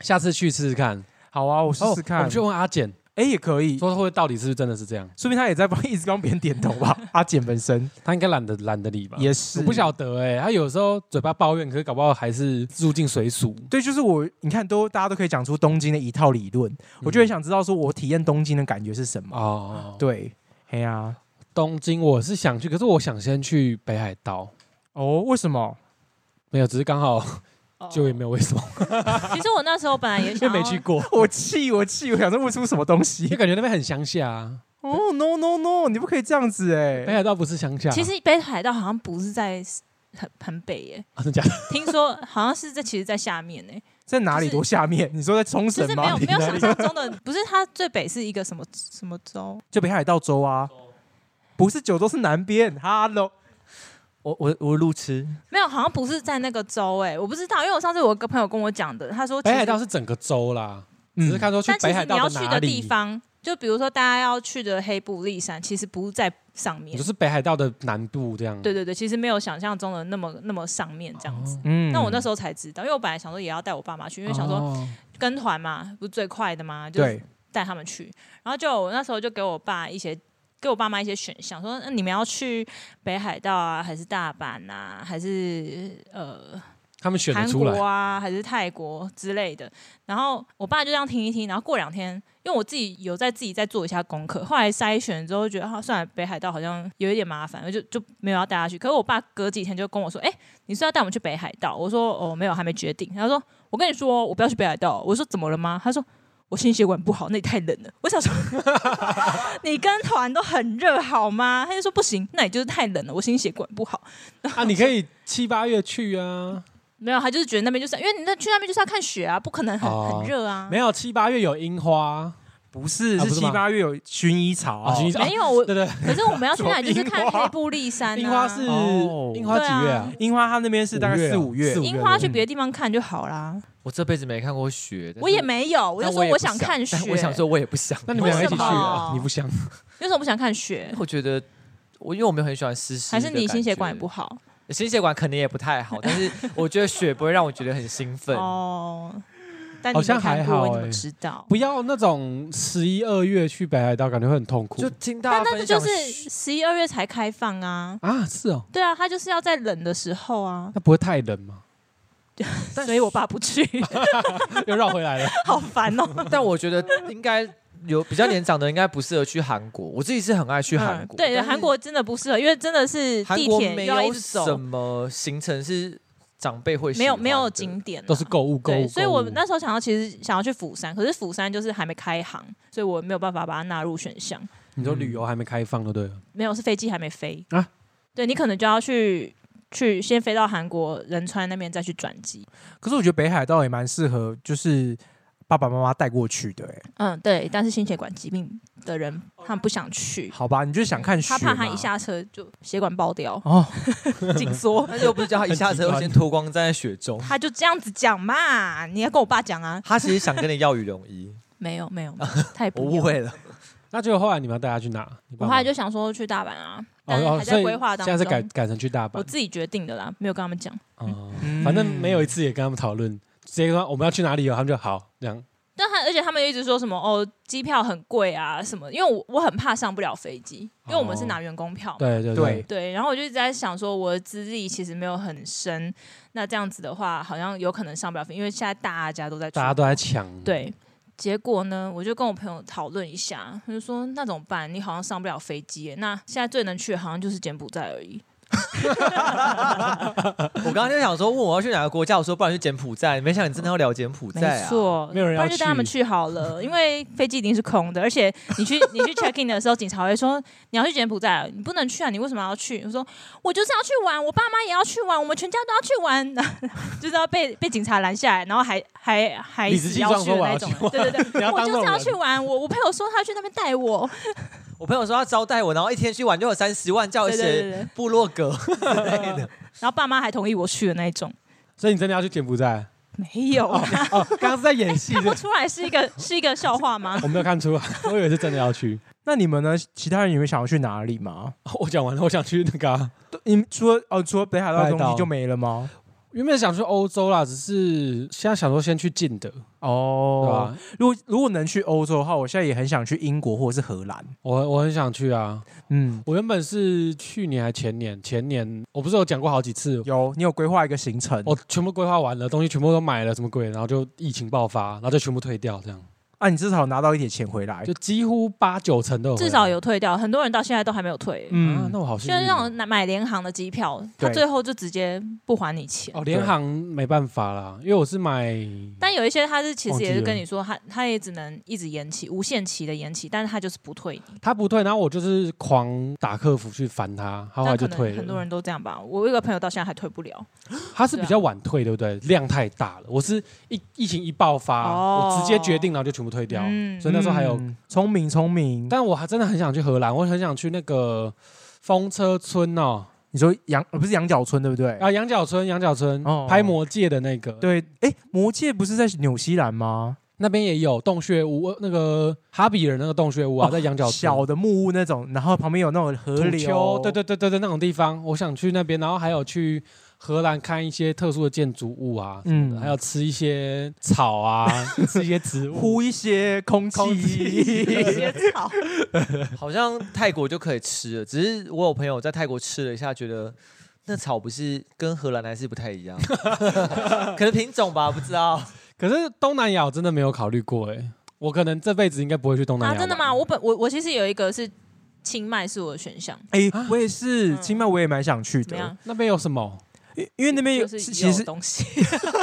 [SPEAKER 1] 下次去试试看，
[SPEAKER 3] 好啊，我试试
[SPEAKER 1] 哦我
[SPEAKER 3] 看
[SPEAKER 1] 们。去问阿简，
[SPEAKER 3] 哎、也可以，
[SPEAKER 1] 说会不会到底是不是真的是这样？
[SPEAKER 3] 说明他也在帮 一直帮别人点头吧。阿简 本身
[SPEAKER 1] 他应该懒得懒得理吧？
[SPEAKER 3] 也
[SPEAKER 1] 啊
[SPEAKER 3] 是，
[SPEAKER 1] 我不晓得哎、他有时候嘴巴抱怨，可是搞不好还是入境随俗。
[SPEAKER 3] 对，就是我，你看都大家都可以讲出东京的一套理论，我就很想知道说我体验东京的感觉是什么。
[SPEAKER 1] 哦，
[SPEAKER 3] 对，嘿呀、
[SPEAKER 1] 东京我是想去，可是我想先去北海道，
[SPEAKER 3] 哦，为什么？
[SPEAKER 1] 没有，只是刚好
[SPEAKER 2] 哦
[SPEAKER 1] 就也没有为 什么，
[SPEAKER 2] 其实我那时候本来也
[SPEAKER 1] 因
[SPEAKER 2] 想
[SPEAKER 1] 为
[SPEAKER 2] 要
[SPEAKER 1] 没去过，
[SPEAKER 3] 我气，我气，我想说问出什么东
[SPEAKER 1] 因为
[SPEAKER 3] 西？
[SPEAKER 1] 感觉那边很乡下啊。
[SPEAKER 3] 哦，no no no，你不可以这样子哎、
[SPEAKER 1] 北海道不是乡下，
[SPEAKER 2] 其实北海道好像不是在很很北耶，
[SPEAKER 1] 啊真的假 的？
[SPEAKER 2] 听说好像是在其实，在下面呢，
[SPEAKER 3] 在哪里
[SPEAKER 2] 就是
[SPEAKER 3] 多下面？你说在冲
[SPEAKER 2] 就
[SPEAKER 3] 绳
[SPEAKER 2] 是没
[SPEAKER 3] 吗
[SPEAKER 2] 有？没有想象中的，不是它最北是一个什么什么州？
[SPEAKER 3] 就北海道州啊，不是九州是南边。Hello，
[SPEAKER 4] 我我我路痴，
[SPEAKER 2] 没有，好像不是在那个州哎，我不知道，因为我上次我有个朋友跟我讲的，他说其
[SPEAKER 1] 北
[SPEAKER 2] 实
[SPEAKER 1] 海道，是整个州啦，只是
[SPEAKER 3] 嗯，
[SPEAKER 1] 看说去
[SPEAKER 2] 但其
[SPEAKER 1] 北
[SPEAKER 2] 实
[SPEAKER 1] 海
[SPEAKER 2] 你
[SPEAKER 1] 道
[SPEAKER 2] 要
[SPEAKER 1] 的
[SPEAKER 2] 去
[SPEAKER 1] 哪
[SPEAKER 2] 的地
[SPEAKER 1] 里。
[SPEAKER 2] 方，就比如说大家要去的黑布利山，其实不是在上面
[SPEAKER 1] 就。是北海道的南部这样。
[SPEAKER 2] 对对对，其实没有想象中的那么那么上面这
[SPEAKER 1] 哦
[SPEAKER 2] 样子。
[SPEAKER 3] 嗯
[SPEAKER 2] 那我那时候才知道，因为我本来想说也要带我爸妈去，因为想说
[SPEAKER 1] 哦
[SPEAKER 2] 跟团嘛，不是最快的嘛，就
[SPEAKER 3] 对，
[SPEAKER 2] 带他们去。然后就我那时候就给我爸一些，给我爸妈一些选项，说那你们要去北海道啊，还是大阪啊，还是呃
[SPEAKER 1] 他们选得
[SPEAKER 2] 韩
[SPEAKER 1] 出
[SPEAKER 2] 国
[SPEAKER 1] 来，
[SPEAKER 2] 啊，还是泰国之类的。然后我爸就这样听一听，然后过两天，因为我自己有在自己再做一下功课，后来筛选之后觉得，哈、算了，北海道好像有一点麻烦，我就就没有要带他去。可是我爸隔几天就跟我说，哎、你是要带我们去北海道？我说，哦，没有，还没决定。他说，我跟你说，哦我不要去北海道。我说，怎么了吗？他说。我心血管不好，那里太冷了。我想说， 你跟团都很热好吗？他就说不行，那里就是太冷了，我心血管不好。
[SPEAKER 1] 啊，你可以七八月去啊，
[SPEAKER 2] 没有，他就是觉得那边就是，因为你那去那边就是要看雪啊，不可能很、
[SPEAKER 1] 哦
[SPEAKER 2] 很热啊。
[SPEAKER 1] 没有七八月有樱花，
[SPEAKER 3] 不是
[SPEAKER 1] 啊
[SPEAKER 3] 是
[SPEAKER 1] 不是吗
[SPEAKER 3] 七八月有薰衣
[SPEAKER 1] 啊，
[SPEAKER 3] 草
[SPEAKER 1] 薰衣，草，
[SPEAKER 2] 没有 我，
[SPEAKER 1] 对对，
[SPEAKER 2] 可是我们要去那里就是看
[SPEAKER 3] 什么樱花
[SPEAKER 2] 黑布利山、嗯啊。
[SPEAKER 1] 樱花是
[SPEAKER 3] 哦
[SPEAKER 1] 樱花几月啊？
[SPEAKER 3] 樱花它那边是大
[SPEAKER 1] 五
[SPEAKER 3] 概
[SPEAKER 1] 月啊
[SPEAKER 3] 四五月
[SPEAKER 1] 四五，
[SPEAKER 2] 樱花，去别的地方看就好啦。
[SPEAKER 4] 我这辈子没看过雪，但是
[SPEAKER 2] 我也。没有，我
[SPEAKER 4] 但
[SPEAKER 2] 就
[SPEAKER 4] 我
[SPEAKER 2] 说
[SPEAKER 4] 也不
[SPEAKER 2] 想看雪
[SPEAKER 4] 但。我想说，我也不想。
[SPEAKER 1] 那你们两个一起去
[SPEAKER 2] 为什
[SPEAKER 1] 啊？
[SPEAKER 2] 么
[SPEAKER 1] 你不想？
[SPEAKER 2] 为什么不想看 雪？
[SPEAKER 4] 我觉得我因为我没有很喜欢湿湿的
[SPEAKER 2] 还
[SPEAKER 4] 感
[SPEAKER 2] 是
[SPEAKER 4] 觉，
[SPEAKER 2] 你心血管也不好？
[SPEAKER 4] 心血管肯定也不太好，但 是我觉得雪不会让我觉得很兴奋。
[SPEAKER 2] 哦，但你
[SPEAKER 1] 好
[SPEAKER 2] 没
[SPEAKER 1] 像还
[SPEAKER 2] 看过，
[SPEAKER 1] 好
[SPEAKER 2] 你怎么
[SPEAKER 4] 哎
[SPEAKER 1] 欸
[SPEAKER 2] 知道？
[SPEAKER 1] 不要那种十一二月去北海道，感觉会很痛苦
[SPEAKER 4] 就听大
[SPEAKER 2] 但
[SPEAKER 4] 家
[SPEAKER 2] 那个
[SPEAKER 4] 分
[SPEAKER 2] 就
[SPEAKER 4] 享，
[SPEAKER 2] 是十一二月才开放啊。
[SPEAKER 1] 啊。是哦，
[SPEAKER 2] 对啊，他就是要在冷的时候啊，
[SPEAKER 1] 那不会太冷吗？
[SPEAKER 4] 但
[SPEAKER 2] 所以我爸不去，
[SPEAKER 1] 又绕回来了，
[SPEAKER 2] 好烦哦。
[SPEAKER 4] 但我觉得应该有比较年长的应该不适合去韩国。我自己是很爱去韩国，
[SPEAKER 2] 嗯对，
[SPEAKER 4] 但是
[SPEAKER 2] 韩国真的不适合，因为真的是
[SPEAKER 4] 韩
[SPEAKER 2] 地
[SPEAKER 4] 国
[SPEAKER 2] 铁
[SPEAKER 4] 没
[SPEAKER 2] 又要一
[SPEAKER 4] 有
[SPEAKER 2] 直
[SPEAKER 4] 什
[SPEAKER 2] 走，
[SPEAKER 4] 么行程是长辈会喜
[SPEAKER 2] 没有
[SPEAKER 4] 欢
[SPEAKER 2] 没有
[SPEAKER 4] 的
[SPEAKER 2] 景点啊、
[SPEAKER 1] 都是购物购物。
[SPEAKER 2] 对，所以
[SPEAKER 1] 购物
[SPEAKER 2] 我那时候想要，其实想要去釜山，可是釜山就是还没开航，所以我没有办法把它纳入选项。
[SPEAKER 1] 你说旅游还没开放，对不对了？
[SPEAKER 2] 没有，是飞机还没飞
[SPEAKER 1] 啊
[SPEAKER 2] 对你可能就要去去先飞到韩国仁川那边再去转机。
[SPEAKER 3] 可是我觉得北海道也蛮适合，就是爸爸妈妈带过去的、欸。
[SPEAKER 2] 嗯，对。但是心血管疾病的人他们不想去，
[SPEAKER 3] 好吧，你就想看雪
[SPEAKER 2] 他
[SPEAKER 3] 嘛？，
[SPEAKER 2] 怕他一下车就血管爆掉
[SPEAKER 3] 哦，
[SPEAKER 2] 紧缩。
[SPEAKER 4] 但是又不是叫他一下车就先脱光站在雪中，
[SPEAKER 2] 他就这样子讲嘛，你要跟我爸讲啊。
[SPEAKER 4] 他其实想跟你要羽绒衣，
[SPEAKER 2] 没有 没有，太
[SPEAKER 4] 我
[SPEAKER 2] 不
[SPEAKER 4] 误
[SPEAKER 2] 要。
[SPEAKER 4] 会了。
[SPEAKER 1] 那结果后来你们要带他去哪？你
[SPEAKER 2] 我
[SPEAKER 1] 爸
[SPEAKER 2] 后
[SPEAKER 1] 妈
[SPEAKER 2] 来就想说去大阪啊，但是
[SPEAKER 1] 哦
[SPEAKER 2] 还
[SPEAKER 1] 哦，
[SPEAKER 2] 在
[SPEAKER 1] 所以
[SPEAKER 2] 规划当
[SPEAKER 1] 现在是改
[SPEAKER 2] 中。
[SPEAKER 1] 改成去大阪
[SPEAKER 2] 我。自己决定的啦，没有跟他们讲。
[SPEAKER 1] 哦
[SPEAKER 3] 嗯
[SPEAKER 1] 反正没有一次也跟他们讨论，直接说我们要去哪里哦，他们就好这样。
[SPEAKER 2] 但他而且他们又一直说什么哦，机票很贵啊什么，因为我我很怕上不了飞机，因为我们是拿员工票嘛。
[SPEAKER 1] 哦对对
[SPEAKER 3] 对
[SPEAKER 1] 对，
[SPEAKER 2] 对，然后我就一直在想说，我的资历其实没有很深，那这样子的话，好像有可能上不了飞，因为现在大家都在出
[SPEAKER 1] 大家都在抢。，
[SPEAKER 2] 对。结果呢，我就跟我朋友讨论一下，他就说那怎么办？你好像上不了飞机耶，那现在最能去的好像就是柬埔寨而已。
[SPEAKER 4] 我刚刚就想说，问我要去哪个国家，我说不然去柬埔寨，没想到你真的要聊柬埔寨
[SPEAKER 2] 没
[SPEAKER 4] 啊。
[SPEAKER 2] 错，
[SPEAKER 1] 没有人
[SPEAKER 2] 不然
[SPEAKER 1] 要
[SPEAKER 2] 就带他们
[SPEAKER 1] 去
[SPEAKER 2] 去好 了，因为飞机一定是空的，而且你去你去 check in 的时候，警察会说你要去柬埔寨，你不能去啊，你为什么要去？我说我就是要去玩，我爸妈也要去玩，我们全家都要去玩， 然后就是要被被警察拦下来，然后还还还
[SPEAKER 1] 理直
[SPEAKER 2] 死
[SPEAKER 1] 气
[SPEAKER 2] 要
[SPEAKER 1] 壮
[SPEAKER 2] 去
[SPEAKER 1] 说
[SPEAKER 2] 的
[SPEAKER 1] 我
[SPEAKER 2] 那
[SPEAKER 1] 要
[SPEAKER 2] 种
[SPEAKER 1] 去
[SPEAKER 2] 人，对 对
[SPEAKER 1] 你
[SPEAKER 2] 对，
[SPEAKER 1] 要
[SPEAKER 2] 我
[SPEAKER 1] 当
[SPEAKER 2] 就是要
[SPEAKER 1] 这种人
[SPEAKER 2] 去玩，我我朋友说他要去那边带我，
[SPEAKER 4] 我朋友说他招待我，然后一天去玩就有三十万，叫我
[SPEAKER 2] 对对对
[SPEAKER 4] 写
[SPEAKER 2] 对，
[SPEAKER 4] 部落格 之类的。
[SPEAKER 2] 然后爸妈还同意我去的那一种，
[SPEAKER 1] 所以你真的要去柬埔寨？
[SPEAKER 2] 没有，
[SPEAKER 1] 哦， 刚刚是在演戏
[SPEAKER 2] 看，不出来是一个是一个笑话吗？
[SPEAKER 1] 我没有看出来，我以为是真的要去。哦
[SPEAKER 3] 那你们呢？其他人有没有想要去哪里吗？
[SPEAKER 1] 我讲完了，我想去那个啊、
[SPEAKER 3] 都你们除了哦，除了北海道的
[SPEAKER 1] 北海
[SPEAKER 3] 东西
[SPEAKER 1] 道
[SPEAKER 3] 就没了吗？
[SPEAKER 1] 原本想去欧洲啦，只是现在想说先去近的，对吧、
[SPEAKER 3] 哦，如果如果能去欧洲的话，我现在也很想去英国或者是荷兰。
[SPEAKER 1] 我我很想去啊。
[SPEAKER 3] 嗯，
[SPEAKER 1] 我原本是去年还前年，前年我不是有讲过好几次，
[SPEAKER 3] 有你有规划一个行程，
[SPEAKER 1] 我全部规划完了，东西全部都买了，什么鬼，然后就疫情爆发，然后就全部退掉，这样
[SPEAKER 3] 啊，你至少拿到一点钱回来
[SPEAKER 1] 就。几乎八九成都有回来
[SPEAKER 2] 至少有退掉，很多人到现在都还没有退。
[SPEAKER 1] 啊
[SPEAKER 3] 嗯，，
[SPEAKER 1] 那我好幸
[SPEAKER 2] 就是
[SPEAKER 1] 运
[SPEAKER 2] 那
[SPEAKER 1] 哦。
[SPEAKER 2] 种买联航的机票，
[SPEAKER 3] 对
[SPEAKER 2] 他最后就直接不还你钱。
[SPEAKER 1] 哦，联航没办法啦，因为我是买
[SPEAKER 2] 但有一些他是其
[SPEAKER 1] 忘
[SPEAKER 2] 实
[SPEAKER 1] 记
[SPEAKER 2] 也是跟
[SPEAKER 1] 了
[SPEAKER 2] 你说，他他也只能一直延期，无限期的延期，但是他就是不退你。
[SPEAKER 1] 他不退，然后我就是狂打客服去烦他，
[SPEAKER 3] 哦
[SPEAKER 1] 他后
[SPEAKER 2] 但
[SPEAKER 1] 来
[SPEAKER 2] 可
[SPEAKER 1] 就
[SPEAKER 2] 能
[SPEAKER 1] 退了。
[SPEAKER 2] 很
[SPEAKER 3] 嗯
[SPEAKER 2] 多人啊都这样吧。我有一个朋友到现在还退不 了，
[SPEAKER 1] 他是比较晚退，对不对？量太大了。我是一疫情一爆发，
[SPEAKER 2] 哦
[SPEAKER 1] 我直接决定，然后就全部退掉。
[SPEAKER 2] 嗯
[SPEAKER 1] 所以那时候还有，
[SPEAKER 3] 嗯聪明聪明。
[SPEAKER 1] 但我还真的很想去荷兰，我很想去那个风车村哦，
[SPEAKER 3] 你说羊呃不是羊角村对不对？
[SPEAKER 1] 啊，羊角村，羊角村、
[SPEAKER 3] 哦
[SPEAKER 1] 拍魔界的那个，，
[SPEAKER 3] 对，哎，魔界不是在纽西兰吗？
[SPEAKER 1] 那边也有洞穴屋，呃那个哈比人那个洞穴屋啊，
[SPEAKER 3] 哦
[SPEAKER 1] 在羊角村。
[SPEAKER 3] 小的木屋那种，然后旁边有那种河
[SPEAKER 1] 土
[SPEAKER 3] 流
[SPEAKER 1] 丘，，对对对对对，那种地方，我想去那边，然后还有去荷兰看一些特殊的建筑物啊，
[SPEAKER 3] 嗯
[SPEAKER 1] 还有吃一些草 啊，吃一些植物，
[SPEAKER 3] 呼一些空气，
[SPEAKER 1] 空气
[SPEAKER 2] 有些草。
[SPEAKER 4] 好像泰国就可以吃了，只是我有朋友在泰国吃了一下，觉得那草不是跟荷兰还是不太一 样，可能品种吧，不知道。
[SPEAKER 1] 可是东南亚我真的没有考虑过哎、我可能这辈子应该不会去东南亚、
[SPEAKER 2] 啊，真的吗？？
[SPEAKER 3] 嗯
[SPEAKER 2] 我本我我其实有一个是清迈是我的选项，
[SPEAKER 3] 哎，我也是，
[SPEAKER 2] 嗯
[SPEAKER 3] 清迈我也蛮想去
[SPEAKER 2] 怎么样
[SPEAKER 3] 的，？
[SPEAKER 1] 那边有什么？
[SPEAKER 3] 因因为那边有，
[SPEAKER 2] 就是
[SPEAKER 3] 是
[SPEAKER 2] 有
[SPEAKER 3] 其实
[SPEAKER 2] 东西，
[SPEAKER 3] 因为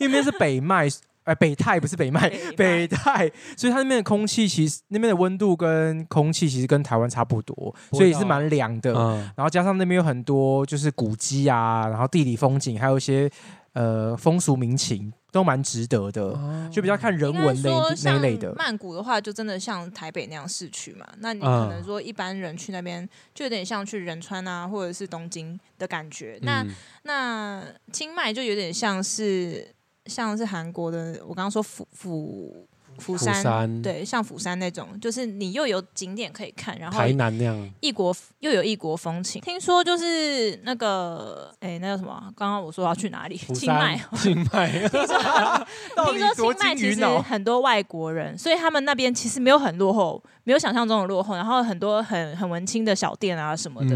[SPEAKER 3] 那边是北麦， 呃，北泰不是北麦，北
[SPEAKER 2] 北
[SPEAKER 3] 泰，所以它那边的空气其实那边的温度跟空气其实跟台湾差不多，
[SPEAKER 1] 到
[SPEAKER 3] 所以是蛮凉的。
[SPEAKER 1] 嗯，
[SPEAKER 3] 然后加上那边有很多就是古迹啊，然后地理风景，还有一些呃风俗民情，都蛮值得的，就比较看人
[SPEAKER 2] 应该
[SPEAKER 3] 文类
[SPEAKER 2] 说
[SPEAKER 3] 那一
[SPEAKER 2] 像
[SPEAKER 3] 类的。
[SPEAKER 2] 曼谷的话，就真的像台北那样市区嘛。那你
[SPEAKER 1] 嗯
[SPEAKER 2] 可能说一般人去那边，就有点像去仁川啊，或者是东京的感觉。那
[SPEAKER 1] 嗯
[SPEAKER 2] 那清迈就有点像是像是韩国的，我刚刚说釜釜釜
[SPEAKER 1] 釜
[SPEAKER 2] 山，
[SPEAKER 1] 山、
[SPEAKER 2] 对，像釜山那种，就是你又有景点可以看，然后
[SPEAKER 1] 台南那样，
[SPEAKER 2] 异国又有异国风情。听说就是那个哎，那叫什么啊？刚刚我说要去哪里？
[SPEAKER 1] 釜
[SPEAKER 2] 清迈
[SPEAKER 1] 山。、 清迈，
[SPEAKER 2] 听说清迈其实很多外国人，所以他们那边其实没有很落后，没有想象中的落后。然后很多很很文青的小店啊什么的，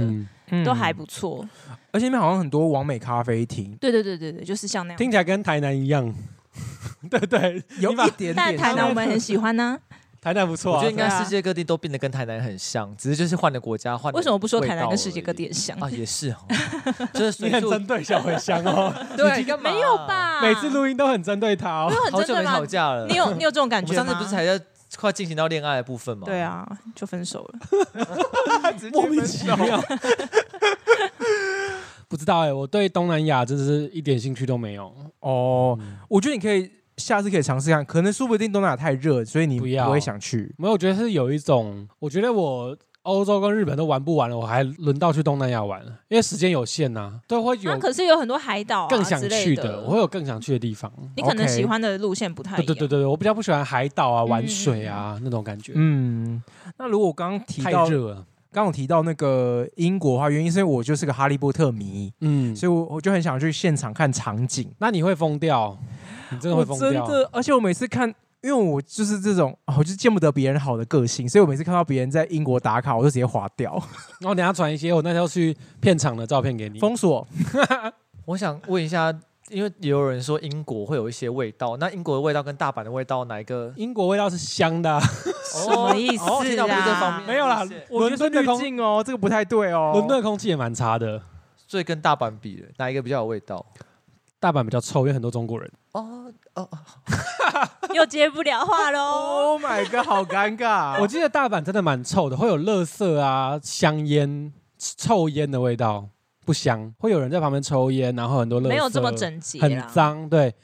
[SPEAKER 1] 嗯，
[SPEAKER 2] 都还不错。
[SPEAKER 3] 而且那边好像很多完美咖啡厅，
[SPEAKER 2] 对对对对对，就是像那样。
[SPEAKER 1] 听起来跟台南一样，对对，
[SPEAKER 3] 有
[SPEAKER 1] 你把
[SPEAKER 3] 一点
[SPEAKER 2] 但
[SPEAKER 3] 点
[SPEAKER 2] 台南我
[SPEAKER 3] 像。
[SPEAKER 2] 们很喜欢呢、
[SPEAKER 1] 台南不错
[SPEAKER 4] 我
[SPEAKER 1] 啊
[SPEAKER 4] 觉得应，该
[SPEAKER 2] 对啊
[SPEAKER 4] 世界各地都变得跟台南很像，只是就是换了国家，换了
[SPEAKER 2] 为什么不说台
[SPEAKER 4] 味
[SPEAKER 2] 南
[SPEAKER 4] 道
[SPEAKER 2] 跟世界各
[SPEAKER 4] 而已
[SPEAKER 2] 地很像？
[SPEAKER 4] 啊？也是哦，就是啊
[SPEAKER 1] 你
[SPEAKER 4] 随
[SPEAKER 1] 很
[SPEAKER 4] 处
[SPEAKER 1] 针对小茴香 哦，
[SPEAKER 4] 对，干 嘛
[SPEAKER 2] 没有？吧？
[SPEAKER 1] 每次录音都很针对他哦
[SPEAKER 2] 没。有很
[SPEAKER 4] 好
[SPEAKER 2] 真
[SPEAKER 4] 久
[SPEAKER 2] 的
[SPEAKER 4] 没
[SPEAKER 2] 吗
[SPEAKER 4] 吵？架了。
[SPEAKER 2] 你有你有这种
[SPEAKER 4] 我
[SPEAKER 2] 感
[SPEAKER 4] 们
[SPEAKER 2] 觉
[SPEAKER 4] 上
[SPEAKER 2] 吗？
[SPEAKER 4] 次不是才在快进行到恋爱的部分吗？
[SPEAKER 2] 对，啊，就分手了。
[SPEAKER 1] 莫名其妙。 不知道哎、我对东南亚真是一点兴趣都没有。
[SPEAKER 3] 哦，
[SPEAKER 1] 嗯
[SPEAKER 3] 我觉得你可以下次可以尝试看，可能说不定东南亚太热，所以你
[SPEAKER 1] 不要
[SPEAKER 3] 会想去。
[SPEAKER 1] 没有，我觉得是有一种，我觉得我欧洲跟日本都玩不完了，我还轮到去东南亚玩了，因为时间有限呐、都会有
[SPEAKER 2] 那啊可是有很多海岛啊
[SPEAKER 1] 更想
[SPEAKER 2] 之类
[SPEAKER 1] 去
[SPEAKER 2] 的，
[SPEAKER 1] 我会有更想去的地方。
[SPEAKER 2] 你可能
[SPEAKER 3] OK
[SPEAKER 2] 喜欢的路线不太一嗯
[SPEAKER 1] 对
[SPEAKER 2] 样。
[SPEAKER 1] 对对对，我比较不喜欢海岛啊、玩水啊、那种感觉，
[SPEAKER 3] 嗯，那如果我刚刚提
[SPEAKER 1] 太
[SPEAKER 3] 到，刚
[SPEAKER 1] 热了。
[SPEAKER 3] 刚我提到那个英国的话，原因是因为我就是个哈利波特迷，
[SPEAKER 1] 嗯，
[SPEAKER 3] 所以我我就很想去现场看场景。
[SPEAKER 1] 那你会疯掉，你真的
[SPEAKER 3] 我
[SPEAKER 1] 会疯
[SPEAKER 3] 真
[SPEAKER 1] 掉。
[SPEAKER 3] 的，而且我每次看，因为我就是这种，啊我就见不得别人好的个性，所以我每次看到别人在英国打卡，我就直接划掉，
[SPEAKER 1] 然后等一下传一些哦我那时候去片场的照片给你。
[SPEAKER 3] 封锁。
[SPEAKER 4] 我想问一下，因为也有人说英国会有一些味道，那英国的味道跟大阪的味道哪一个？
[SPEAKER 1] 英国味道是香的啊、
[SPEAKER 4] 什
[SPEAKER 2] 么意思啊
[SPEAKER 4] 听到不是这方 面，
[SPEAKER 1] 没有啦
[SPEAKER 4] 谢谢
[SPEAKER 1] 伦敦的
[SPEAKER 3] 滤
[SPEAKER 1] 空
[SPEAKER 3] 镜哦，这个不太对哦。
[SPEAKER 1] 伦敦的空气也蛮差的，
[SPEAKER 4] 所以跟大阪比了，哪一个比较有味道？
[SPEAKER 1] 大阪比较臭，因为很多中国人。
[SPEAKER 4] 哦哦，哦
[SPEAKER 2] 又接不了话 喽。
[SPEAKER 3] ，Oh my god，好尴尬。
[SPEAKER 1] 我记得大阪真的蛮臭的，会有垃圾啊、香烟、臭烟的味道，不香。会有人在旁边抽烟，然后很多垃圾，
[SPEAKER 2] 没有这么整洁
[SPEAKER 1] 很
[SPEAKER 2] 啦，
[SPEAKER 1] 脏。对，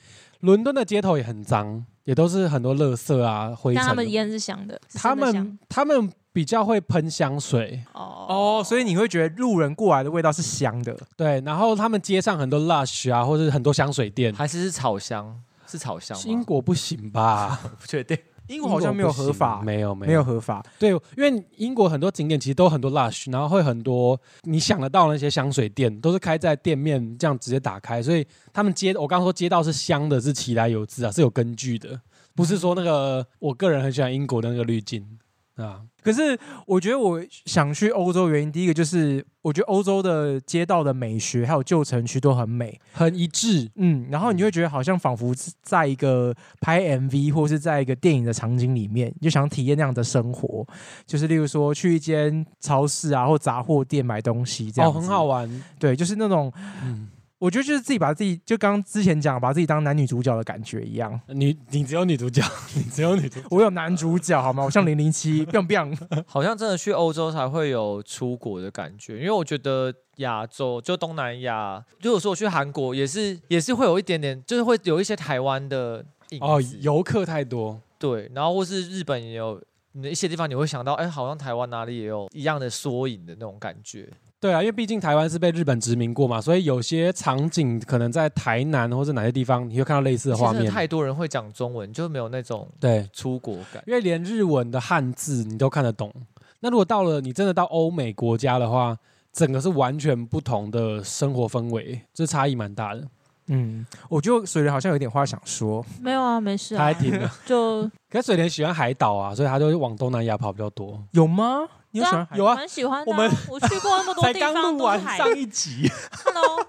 [SPEAKER 1] 伦敦的街头也很脏，也都是很多垃圾啊、灰尘
[SPEAKER 2] 但
[SPEAKER 1] 的。
[SPEAKER 2] 他们烟是香的，是
[SPEAKER 1] 他
[SPEAKER 2] 真的香
[SPEAKER 1] 们他们比较会喷香水，
[SPEAKER 2] 哦
[SPEAKER 3] 哦，所以你会觉得路人过来的味道是香的，
[SPEAKER 1] 对，然后他们街上很多 Lush 啊，或者很多香水店。
[SPEAKER 4] 还是是草香，是草香吗？
[SPEAKER 1] 英国不行吧？
[SPEAKER 4] 我不确定。
[SPEAKER 3] 英国好像没有合法，
[SPEAKER 1] 没有没
[SPEAKER 3] 没有合法。
[SPEAKER 1] 对，因为英国很多景点其实都很多 lush，然后会很多你想得到的那些香水店都是开在店面这样直接打开，所以他们街我刚刚说街道是香的，是其来有自啊，是有根据的，不是说那个我个人很喜欢英国的那个滤镜啊，
[SPEAKER 3] 可是我觉得我想去欧洲原因，第一个就是我觉得欧洲的街道的美学还有旧城区都很美，
[SPEAKER 1] 很一致。
[SPEAKER 3] 嗯，然后你就会觉得好像仿佛是在一个拍 MV 或是在一个电影的场景里面，你就想体验那样的生活，就是例如说去一间超市啊或杂货店买东西这样
[SPEAKER 1] 哦，
[SPEAKER 3] 子，
[SPEAKER 1] 很好玩，
[SPEAKER 3] 对，就是那种
[SPEAKER 1] 嗯，
[SPEAKER 3] 我觉得就是自己把自己就刚之前讲把自己当男女主角的感觉一样。
[SPEAKER 1] 你你只有女主角， 你只有女主角，
[SPEAKER 3] 我有男主角好吗？我像零零七 ，biang biang。
[SPEAKER 4] 好像真的去欧洲才会有出国的感觉，因为我觉得亚洲就东南亚，如果说我去韩国，也是也是会有一点点，就是会有一些台湾的影
[SPEAKER 1] 哦，
[SPEAKER 4] 子
[SPEAKER 1] 游客太多，
[SPEAKER 4] 对，然后或是日本也有嗯一些地方你会想到，哎，好像台湾哪里也有一样的缩影的那种感觉。
[SPEAKER 1] 对啊，因为毕竟台湾是被日本殖民过嘛，所以有些场景可能在台南或者哪些地方，你会看到类似的
[SPEAKER 4] 其实
[SPEAKER 1] 画
[SPEAKER 4] 真的
[SPEAKER 1] 面。
[SPEAKER 4] 太多人会讲中文，就没有那种
[SPEAKER 1] 对，
[SPEAKER 4] 出国感。
[SPEAKER 1] 因为连日文的汉字你都看得懂。那如果到了你真的到欧美国家的话，整个是完全不同的生活氛围，这差异蛮大的。
[SPEAKER 3] 嗯，我觉得水人好像有点话想说。
[SPEAKER 2] 没有啊，没事
[SPEAKER 1] 他
[SPEAKER 2] 啊
[SPEAKER 1] 还，挺的，
[SPEAKER 2] 就
[SPEAKER 1] 可是水莲喜欢海岛啊，所以他就会往东南亚跑比较多。
[SPEAKER 3] 有吗？你有
[SPEAKER 2] 对啊
[SPEAKER 3] 喜欢海？
[SPEAKER 1] 有啊，
[SPEAKER 2] 蛮喜欢的啊。
[SPEAKER 1] 我们
[SPEAKER 2] 我去过那么多
[SPEAKER 1] 才
[SPEAKER 2] 地
[SPEAKER 1] 刚
[SPEAKER 2] 方
[SPEAKER 1] 录
[SPEAKER 2] 都是
[SPEAKER 1] 完
[SPEAKER 2] 海
[SPEAKER 1] 上一集，
[SPEAKER 2] ，Hello，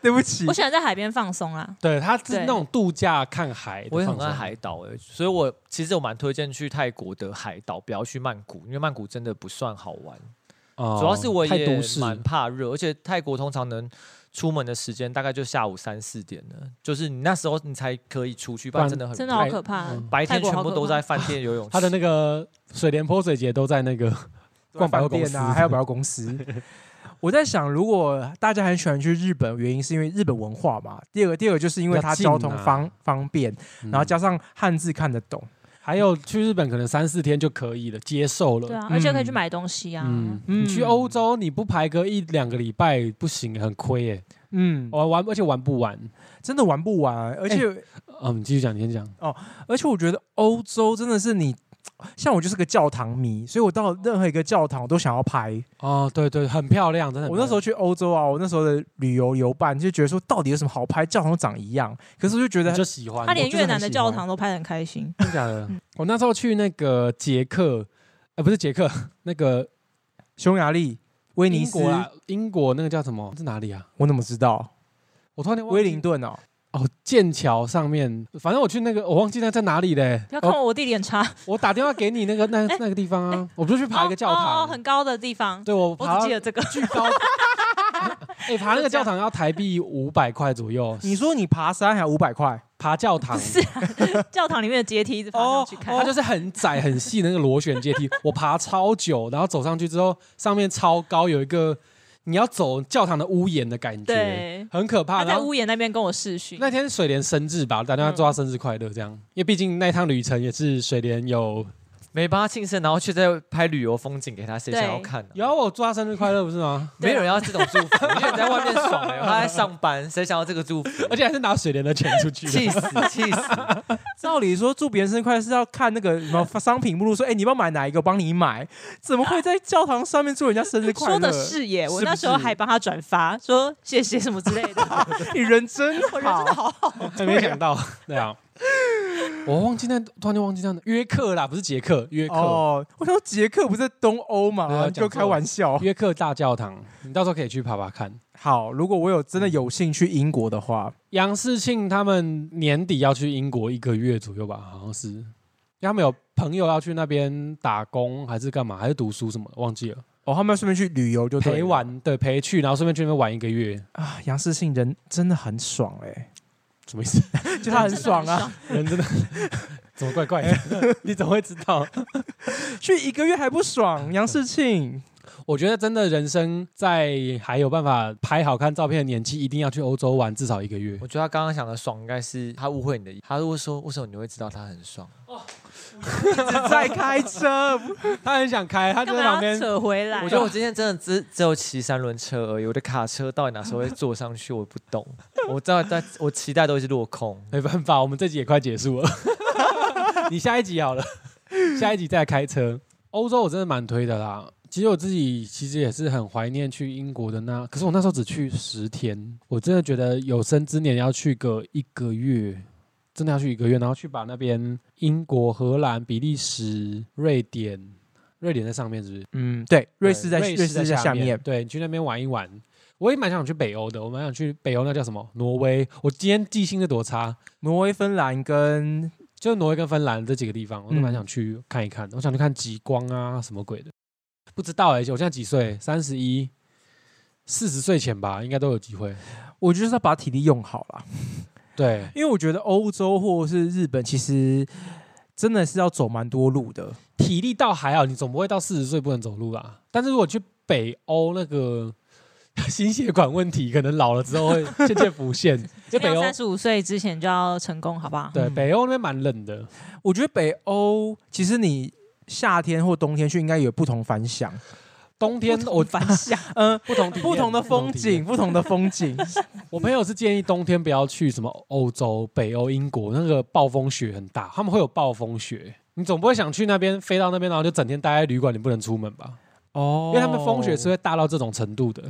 [SPEAKER 3] 对不起
[SPEAKER 2] 我，喜欢在海边放松啊。
[SPEAKER 1] 对，他是
[SPEAKER 2] 对
[SPEAKER 1] 那种度假看海，
[SPEAKER 4] 我也很爱。海岛哎、所以我其实我蛮推荐去泰国的海岛，不要去曼谷，因为曼谷真的不算好玩。
[SPEAKER 1] 哦
[SPEAKER 4] 主要是我
[SPEAKER 1] 太
[SPEAKER 4] 也
[SPEAKER 1] 都市，
[SPEAKER 4] 蛮怕热，而且泰国通常能出门的时间大概就下午三四点了，就是你那时候你才可以出去，不然
[SPEAKER 1] 不然
[SPEAKER 4] 真的很
[SPEAKER 2] 真的
[SPEAKER 4] 热
[SPEAKER 2] 好可怕啊
[SPEAKER 1] 嗯，
[SPEAKER 4] 白天
[SPEAKER 2] 泰国
[SPEAKER 4] 全
[SPEAKER 2] 好
[SPEAKER 4] 部
[SPEAKER 2] 可
[SPEAKER 4] 都
[SPEAKER 2] 怕
[SPEAKER 4] 在饭店 游泳池。
[SPEAKER 1] 他的那个水莲泼水节都在那个逛百货公司
[SPEAKER 3] 饭店啊，还有百货公司。 我在想，如果大家很喜欢去日本，原因是因为日本文化嘛。第二个，第二个就是因为它
[SPEAKER 1] 比较近
[SPEAKER 3] 交
[SPEAKER 1] 啊
[SPEAKER 3] 通方方便， 然后
[SPEAKER 1] 加
[SPEAKER 3] 加上汉字看得懂。
[SPEAKER 1] 还有去日本可能三四天就可以了，接受了。
[SPEAKER 2] 对啊，而且可以去
[SPEAKER 3] 嗯
[SPEAKER 2] 买东西啊。
[SPEAKER 1] 嗯，
[SPEAKER 3] 嗯
[SPEAKER 1] 你去欧洲你不排个一两个礼拜不行，很亏耶、
[SPEAKER 3] 嗯，
[SPEAKER 1] 玩玩，而且玩不完。
[SPEAKER 3] 真的玩不完，而且、
[SPEAKER 1] 嗯，你继续讲，你先讲。
[SPEAKER 3] 而且我觉得欧洲真的是你，像我就是个教堂迷，所以我到任何一个教堂我都想要拍。
[SPEAKER 1] 哦，对对，很漂亮，真的很漂亮。
[SPEAKER 3] 我那时候去欧洲啊，我那时候的旅游游伴就觉得说，到底有什么好拍？教堂都长一样，可是我就觉得
[SPEAKER 1] 你就喜欢，
[SPEAKER 2] 他连
[SPEAKER 1] 我就是
[SPEAKER 2] 越
[SPEAKER 1] 很
[SPEAKER 2] 南的
[SPEAKER 1] 喜
[SPEAKER 2] 教
[SPEAKER 1] 欢
[SPEAKER 2] 堂都拍得很开心，
[SPEAKER 1] 真的假的？ 我那时候去那个捷克，呃，不是捷克， 那个
[SPEAKER 3] 匈牙利、威尼
[SPEAKER 1] 英
[SPEAKER 3] 斯，
[SPEAKER 1] 国啦，英国那个叫什么？是哪里啊？
[SPEAKER 3] 我怎么知道？
[SPEAKER 1] 我突然间忘
[SPEAKER 3] 威
[SPEAKER 1] 记
[SPEAKER 3] 灵顿哦，
[SPEAKER 1] 哦，剑桥上面，反正我去那个，我忘记那在哪里嘞。
[SPEAKER 2] 不要看
[SPEAKER 1] 哦，
[SPEAKER 2] 我，我地理很差。
[SPEAKER 1] 我打电话给你那个那
[SPEAKER 2] 哎
[SPEAKER 1] 那个地方啊，我不是去爬一个教
[SPEAKER 2] 哦哦哦
[SPEAKER 1] 堂，
[SPEAKER 2] 很高的地方，
[SPEAKER 1] 对我
[SPEAKER 2] 我
[SPEAKER 1] 爬
[SPEAKER 2] 只
[SPEAKER 1] 到
[SPEAKER 2] 记得这个。
[SPEAKER 1] 巨 高， 哎，爬那个教堂要台币五百块左右，
[SPEAKER 3] 你说你爬山还五百块，
[SPEAKER 1] 爬教堂
[SPEAKER 2] 不。是啊，教堂里面的阶梯一直爬上去看，
[SPEAKER 1] 它就是很窄很细的那个螺旋阶梯，我爬超久，然后走上去之后，上面超高，有一个你要走教堂的屋檐的感觉，
[SPEAKER 2] 对，
[SPEAKER 1] 很可怕。
[SPEAKER 2] 他
[SPEAKER 1] 然
[SPEAKER 2] 在
[SPEAKER 1] 后
[SPEAKER 2] 屋檐那边跟我视讯，
[SPEAKER 1] 那天水莲生日吧，打电话祝他生日快乐，这样，因为毕竟那趟旅程也是水莲
[SPEAKER 2] 嗯
[SPEAKER 1] 有
[SPEAKER 4] 没帮他庆生，然后却在拍旅游风景给他，谁
[SPEAKER 2] 对
[SPEAKER 4] 想要看、啊？
[SPEAKER 1] 有啊我祝他生日快乐不是吗？
[SPEAKER 4] 没有人要这种祝福，因为你在外面爽了，他在上班，谁想要这个祝福？
[SPEAKER 1] 而且还是拿水莲的钱出去的，
[SPEAKER 4] 气死气死！
[SPEAKER 3] 照理说祝别人生日快乐是要看那个什么商品目录，说哎、你要不要买哪一个，我帮你买。怎么会在教堂上面祝人家生日快乐？
[SPEAKER 2] 说的是耶，我
[SPEAKER 3] 是不
[SPEAKER 2] 那时候
[SPEAKER 3] 是
[SPEAKER 2] 还帮他转发，说谢谢什么之类 的，
[SPEAKER 3] 你人真好，
[SPEAKER 2] 我人真的好好，
[SPEAKER 1] 没想到，对啊，我忘记那突然就忘记那约克啦，不是捷克，约克。
[SPEAKER 3] 哦，我想说捷克不是在东欧
[SPEAKER 1] 对
[SPEAKER 3] 嘛？
[SPEAKER 1] 啊
[SPEAKER 3] 你就
[SPEAKER 1] 讲错
[SPEAKER 3] 开玩笑。
[SPEAKER 1] 约克大教堂，你到时候可以去爬爬看。
[SPEAKER 3] 好，如果我有真的有幸去英国的话，
[SPEAKER 1] 杨世庆他们年底要去英国一个月左右吧，好像是，因为他们有朋友要去那边打工，还是干嘛，还是读书什么，忘记了。
[SPEAKER 3] 哦，他们要顺便去旅游就对了
[SPEAKER 1] 陪玩对陪去，然后顺便去那边玩一个月，
[SPEAKER 3] 啊。杨世信人真的很爽哎、
[SPEAKER 1] 什么意思？
[SPEAKER 3] 就他很 爽啊，
[SPEAKER 1] 人真的怎么怪怪的？ 你怎么会知道？
[SPEAKER 3] 去一个月还 不爽，杨世庆。
[SPEAKER 1] 我觉得真的人生在还有办法拍好看照片的年纪，一定要去欧洲玩至少一个月。
[SPEAKER 4] 我觉得他刚刚想的爽，应该是他误会你的意，他如果说为什么你会知道他 很爽？
[SPEAKER 3] 一直在开车，
[SPEAKER 1] 他很想开，他就
[SPEAKER 2] 干
[SPEAKER 1] 在旁
[SPEAKER 2] 嘛要
[SPEAKER 1] 边。
[SPEAKER 2] 扯回来？
[SPEAKER 4] 我觉得我今天真的只只有骑三轮车而已，我的卡车到底哪时候会坐上去，我不 懂。我知道在我期待都是落空。
[SPEAKER 1] 没办法，我们这集也快结束了。 你下一集好了，下一集再开车。欧洲我真的蛮推的啦。其实我自己其实也是很怀念去英国的那，可是我那时候只去十天，我真的觉得有生之年要去个一个月，真的要去一个月，然后去把那边英国、荷兰、比利时、瑞典，瑞典在上面是不是？
[SPEAKER 3] 嗯，对，瑞士在
[SPEAKER 1] 瑞
[SPEAKER 3] 瑞
[SPEAKER 1] 士
[SPEAKER 3] 士在
[SPEAKER 1] 下
[SPEAKER 3] 下面，
[SPEAKER 1] 对你去那边玩一玩。我也蛮想去北欧的，我蛮想去北欧，那叫什么？挪威。我今天记性是多差，
[SPEAKER 3] 挪威、芬兰跟
[SPEAKER 1] 就挪威跟芬兰这几个地方，我都蛮
[SPEAKER 3] 嗯
[SPEAKER 1] 想去看一看。我想去看极光啊，什么鬼的，不知道哎、我现在几岁？三十一，四十岁前吧，应该都有机会。
[SPEAKER 3] 我就是要把体力用好了，
[SPEAKER 1] 对，
[SPEAKER 3] 因为我觉得欧洲或者是日本其实真的是要走蛮多路的。
[SPEAKER 1] 体力倒还好，你总不会到四十岁不能走路吧？但是如果去北欧那个 心血管问题，可能老了之后会渐渐浮 现。就北欧
[SPEAKER 2] 三，十五岁之前就要成功，好不好？
[SPEAKER 1] 对，
[SPEAKER 3] 嗯
[SPEAKER 1] 北欧那边蛮冷的。
[SPEAKER 3] 我觉得北欧其实你夏天或冬天去应该有不同凡响，
[SPEAKER 1] 冬天我
[SPEAKER 2] 反向，
[SPEAKER 3] 嗯、
[SPEAKER 1] 不同体验
[SPEAKER 3] 不同的风
[SPEAKER 1] 体验
[SPEAKER 3] 景，不同的 风景，
[SPEAKER 1] 我朋友是建议冬天不要去什么欧洲、北欧、英国，那个暴风雪很大，他们会有暴风雪。你总不会想去那边飞到那边，然后就整天待在旅馆，你不能出门吧？
[SPEAKER 3] 哦
[SPEAKER 1] 因为他们风雪是会大到这种程度的，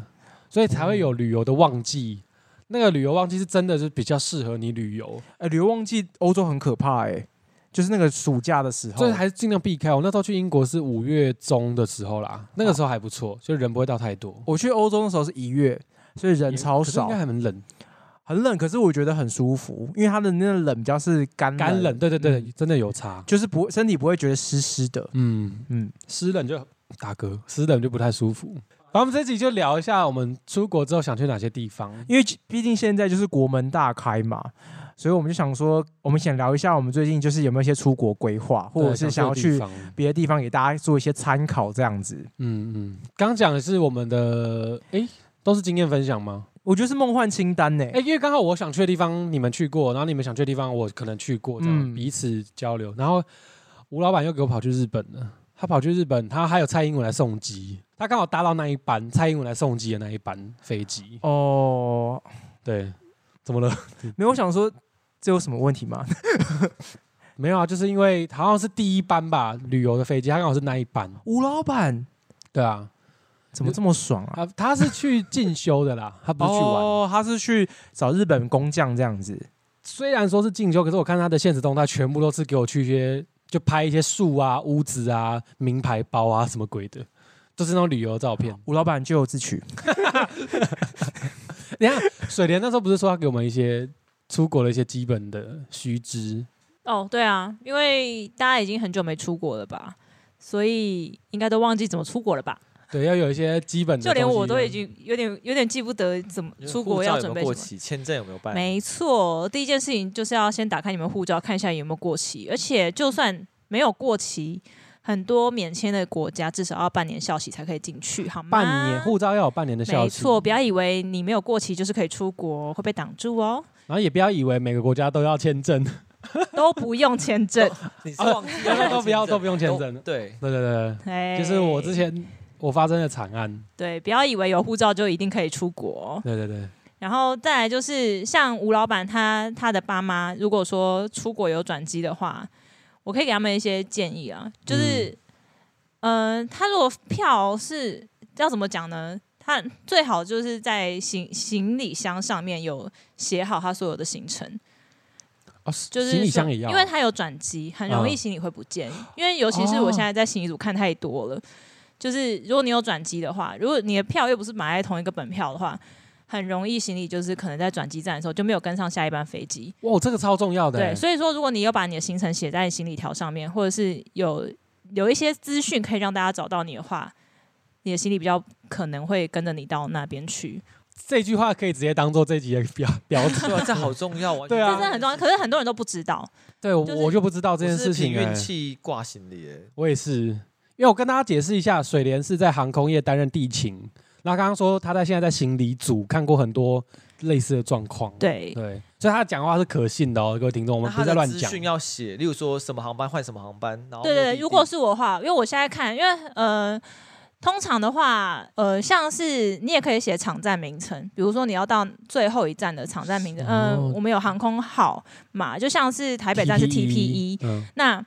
[SPEAKER 1] 所以才会有旅游的旺季。那个旅游旺季是真的是比较适合你旅游，
[SPEAKER 3] 呃，旅游旺季欧洲很可怕哎、就是那个暑假的时候，
[SPEAKER 1] 所以还是尽量避开。我那时候去英国是五月中的时候
[SPEAKER 3] 哦
[SPEAKER 1] 啦，那个时候还不错，就人不会到太多，
[SPEAKER 3] 我去欧洲的时候是一月，所以人超
[SPEAKER 1] 可是应
[SPEAKER 3] 少
[SPEAKER 1] 该，还蛮冷，
[SPEAKER 3] 很冷，可是我觉得很舒服，因为它的那个冷比较是干
[SPEAKER 1] 干冷，对对对，
[SPEAKER 3] 嗯
[SPEAKER 1] 真的有差。
[SPEAKER 3] 就是不身体不会觉得湿湿的。
[SPEAKER 1] 嗯，
[SPEAKER 3] 嗯，
[SPEAKER 1] 湿冷就打嗝，湿冷就不太舒服。好，我们这集就聊一下我们出国之后想去哪些地方。
[SPEAKER 3] 因为毕竟现在就是国门大开嘛，所以我们就想说，我们想聊一下我们最近就是有没有一些出国规划，或者
[SPEAKER 1] 对
[SPEAKER 3] 是想要
[SPEAKER 1] 的地
[SPEAKER 3] 去
[SPEAKER 1] 方
[SPEAKER 3] 别的地方给大家做一些参考，这样子。
[SPEAKER 1] 嗯嗯，刚讲的是我们的，诶，都是经验分享吗？
[SPEAKER 3] 我觉得是梦幻清单欸呢、
[SPEAKER 1] 诶，因为刚好我想去的地方你们去过，然后你们想去的地方我可能去过，这样、
[SPEAKER 3] 嗯
[SPEAKER 1] 彼此交流。然后吴老板又给我跑去日本了，他跑去日本，他还有蔡英文来送机，他刚好搭到那一班蔡英文来送机的那一班飞机。
[SPEAKER 3] 哦，
[SPEAKER 1] 对，怎么了？
[SPEAKER 3] 没有，我想说这有什么问题吗？
[SPEAKER 1] 没有啊，就是因为好像是第一班吧，旅游的飞机，他刚好是那一班。
[SPEAKER 3] 吴老板
[SPEAKER 1] 对啊，
[SPEAKER 3] 怎么这么爽啊？
[SPEAKER 1] 他他是去进修的 啦，他不是去玩。
[SPEAKER 3] 哦，他是去找日本工匠这样子。
[SPEAKER 1] 虽然说是进修，可是我看他的现实动态全部都是给我去一些就拍一些树啊、屋子啊、名牌包啊什么鬼的，就是那种旅游照 片。
[SPEAKER 3] 吴老板咎由自取，
[SPEAKER 1] 你看水莲那时候不是说要给我们一些出国的一些基本的须知。
[SPEAKER 2] 哦，对啊，因为大家已经很久没出国了吧，所以应该都忘记怎么出国了吧？
[SPEAKER 1] 对，要有一些基本的。
[SPEAKER 2] 就连我都已。经有点有点记不得怎么出国要准
[SPEAKER 5] 护照有没
[SPEAKER 2] 备
[SPEAKER 5] 有过
[SPEAKER 2] 什么。
[SPEAKER 5] 期，签证有没有
[SPEAKER 1] 啊
[SPEAKER 5] 办？
[SPEAKER 2] 没错，第一件事情就是要先打开你们护照，看一下有没有过期。而且就算没有过期，很多免签的国家至少要半年效期才可以进去，好吗？
[SPEAKER 1] 半年护照要有半年的效期，
[SPEAKER 2] 嗯没错，不要以为你没有过期就是可以出国，会被挡住哦，
[SPEAKER 1] 然后也不要以为每个国家都要签证，
[SPEAKER 2] 都不用签证。
[SPEAKER 5] 你是忘记要
[SPEAKER 1] 都不要
[SPEAKER 5] 签证
[SPEAKER 1] 都不用签证
[SPEAKER 5] 都对，
[SPEAKER 1] 对对对
[SPEAKER 2] 哎
[SPEAKER 1] 对，就是我之前我发生的惨案，
[SPEAKER 2] 对，不要以为有护照就一定可以出国。
[SPEAKER 1] 对对对，
[SPEAKER 2] 然后再来就是像吴老板他他的爸妈，如果说出国有转机的话，我可以给他们一些建议啊，就是，嗯、他如果票是要怎么讲呢？他最好就是在行行李箱上面有写好他所有的行程，
[SPEAKER 1] 哦，
[SPEAKER 2] 就是
[SPEAKER 1] 行李
[SPEAKER 2] 说
[SPEAKER 1] 箱也要，
[SPEAKER 2] 因为它有转机，很容易
[SPEAKER 1] 嗯哦
[SPEAKER 2] 行李会不见。因为尤其是我现在在行李组看太多了，就是如果你有转机的话，如果你的票又不是买在同一个本票的话，很容易行李就是可能在转机站的时候就没有跟上下一班飞机。
[SPEAKER 1] 哇，这个超重要的欸，
[SPEAKER 2] 对，所以说如果你有把你的行程写在行李条上面，或者是有有一些资讯可以让大家找到你的话，你的行李比较可能会跟着你到那边去。
[SPEAKER 1] 这句话可以直接当做这集的标标 题。
[SPEAKER 5] 对啊，这好重要啊！
[SPEAKER 1] 对啊
[SPEAKER 2] 这真的很重要，可是很多人都不知道。
[SPEAKER 1] 对，我
[SPEAKER 2] 就是
[SPEAKER 1] 我就不知道
[SPEAKER 5] 我
[SPEAKER 1] 这件
[SPEAKER 5] 是
[SPEAKER 1] 事情
[SPEAKER 5] 凭运
[SPEAKER 1] 欸
[SPEAKER 5] 气挂行李耶，
[SPEAKER 1] 我也是，因为我跟大家解释一下，水莲是在航空业担任地勤。那刚刚说他在现在在行李组看过很多类似的状况，
[SPEAKER 2] 对，
[SPEAKER 1] 对，所以他讲话是可信的哦，各位听众，我
[SPEAKER 5] 我
[SPEAKER 1] 们不是在乱
[SPEAKER 5] 资
[SPEAKER 1] 讲。
[SPEAKER 5] 讯要写，例如说什么航班换什么航班，然后
[SPEAKER 2] 对对
[SPEAKER 5] 目的
[SPEAKER 2] 对，
[SPEAKER 5] 地
[SPEAKER 2] 如果是我的话，因为我现在看，因为呃，通常的话，呃，像是你也可以写场站名称，比如说你要到最后一站的场站名称，嗯、
[SPEAKER 1] 哦
[SPEAKER 2] 我们有航空号码，就像是台北站是
[SPEAKER 5] E
[SPEAKER 2] E TPE，
[SPEAKER 1] 嗯，
[SPEAKER 2] 那。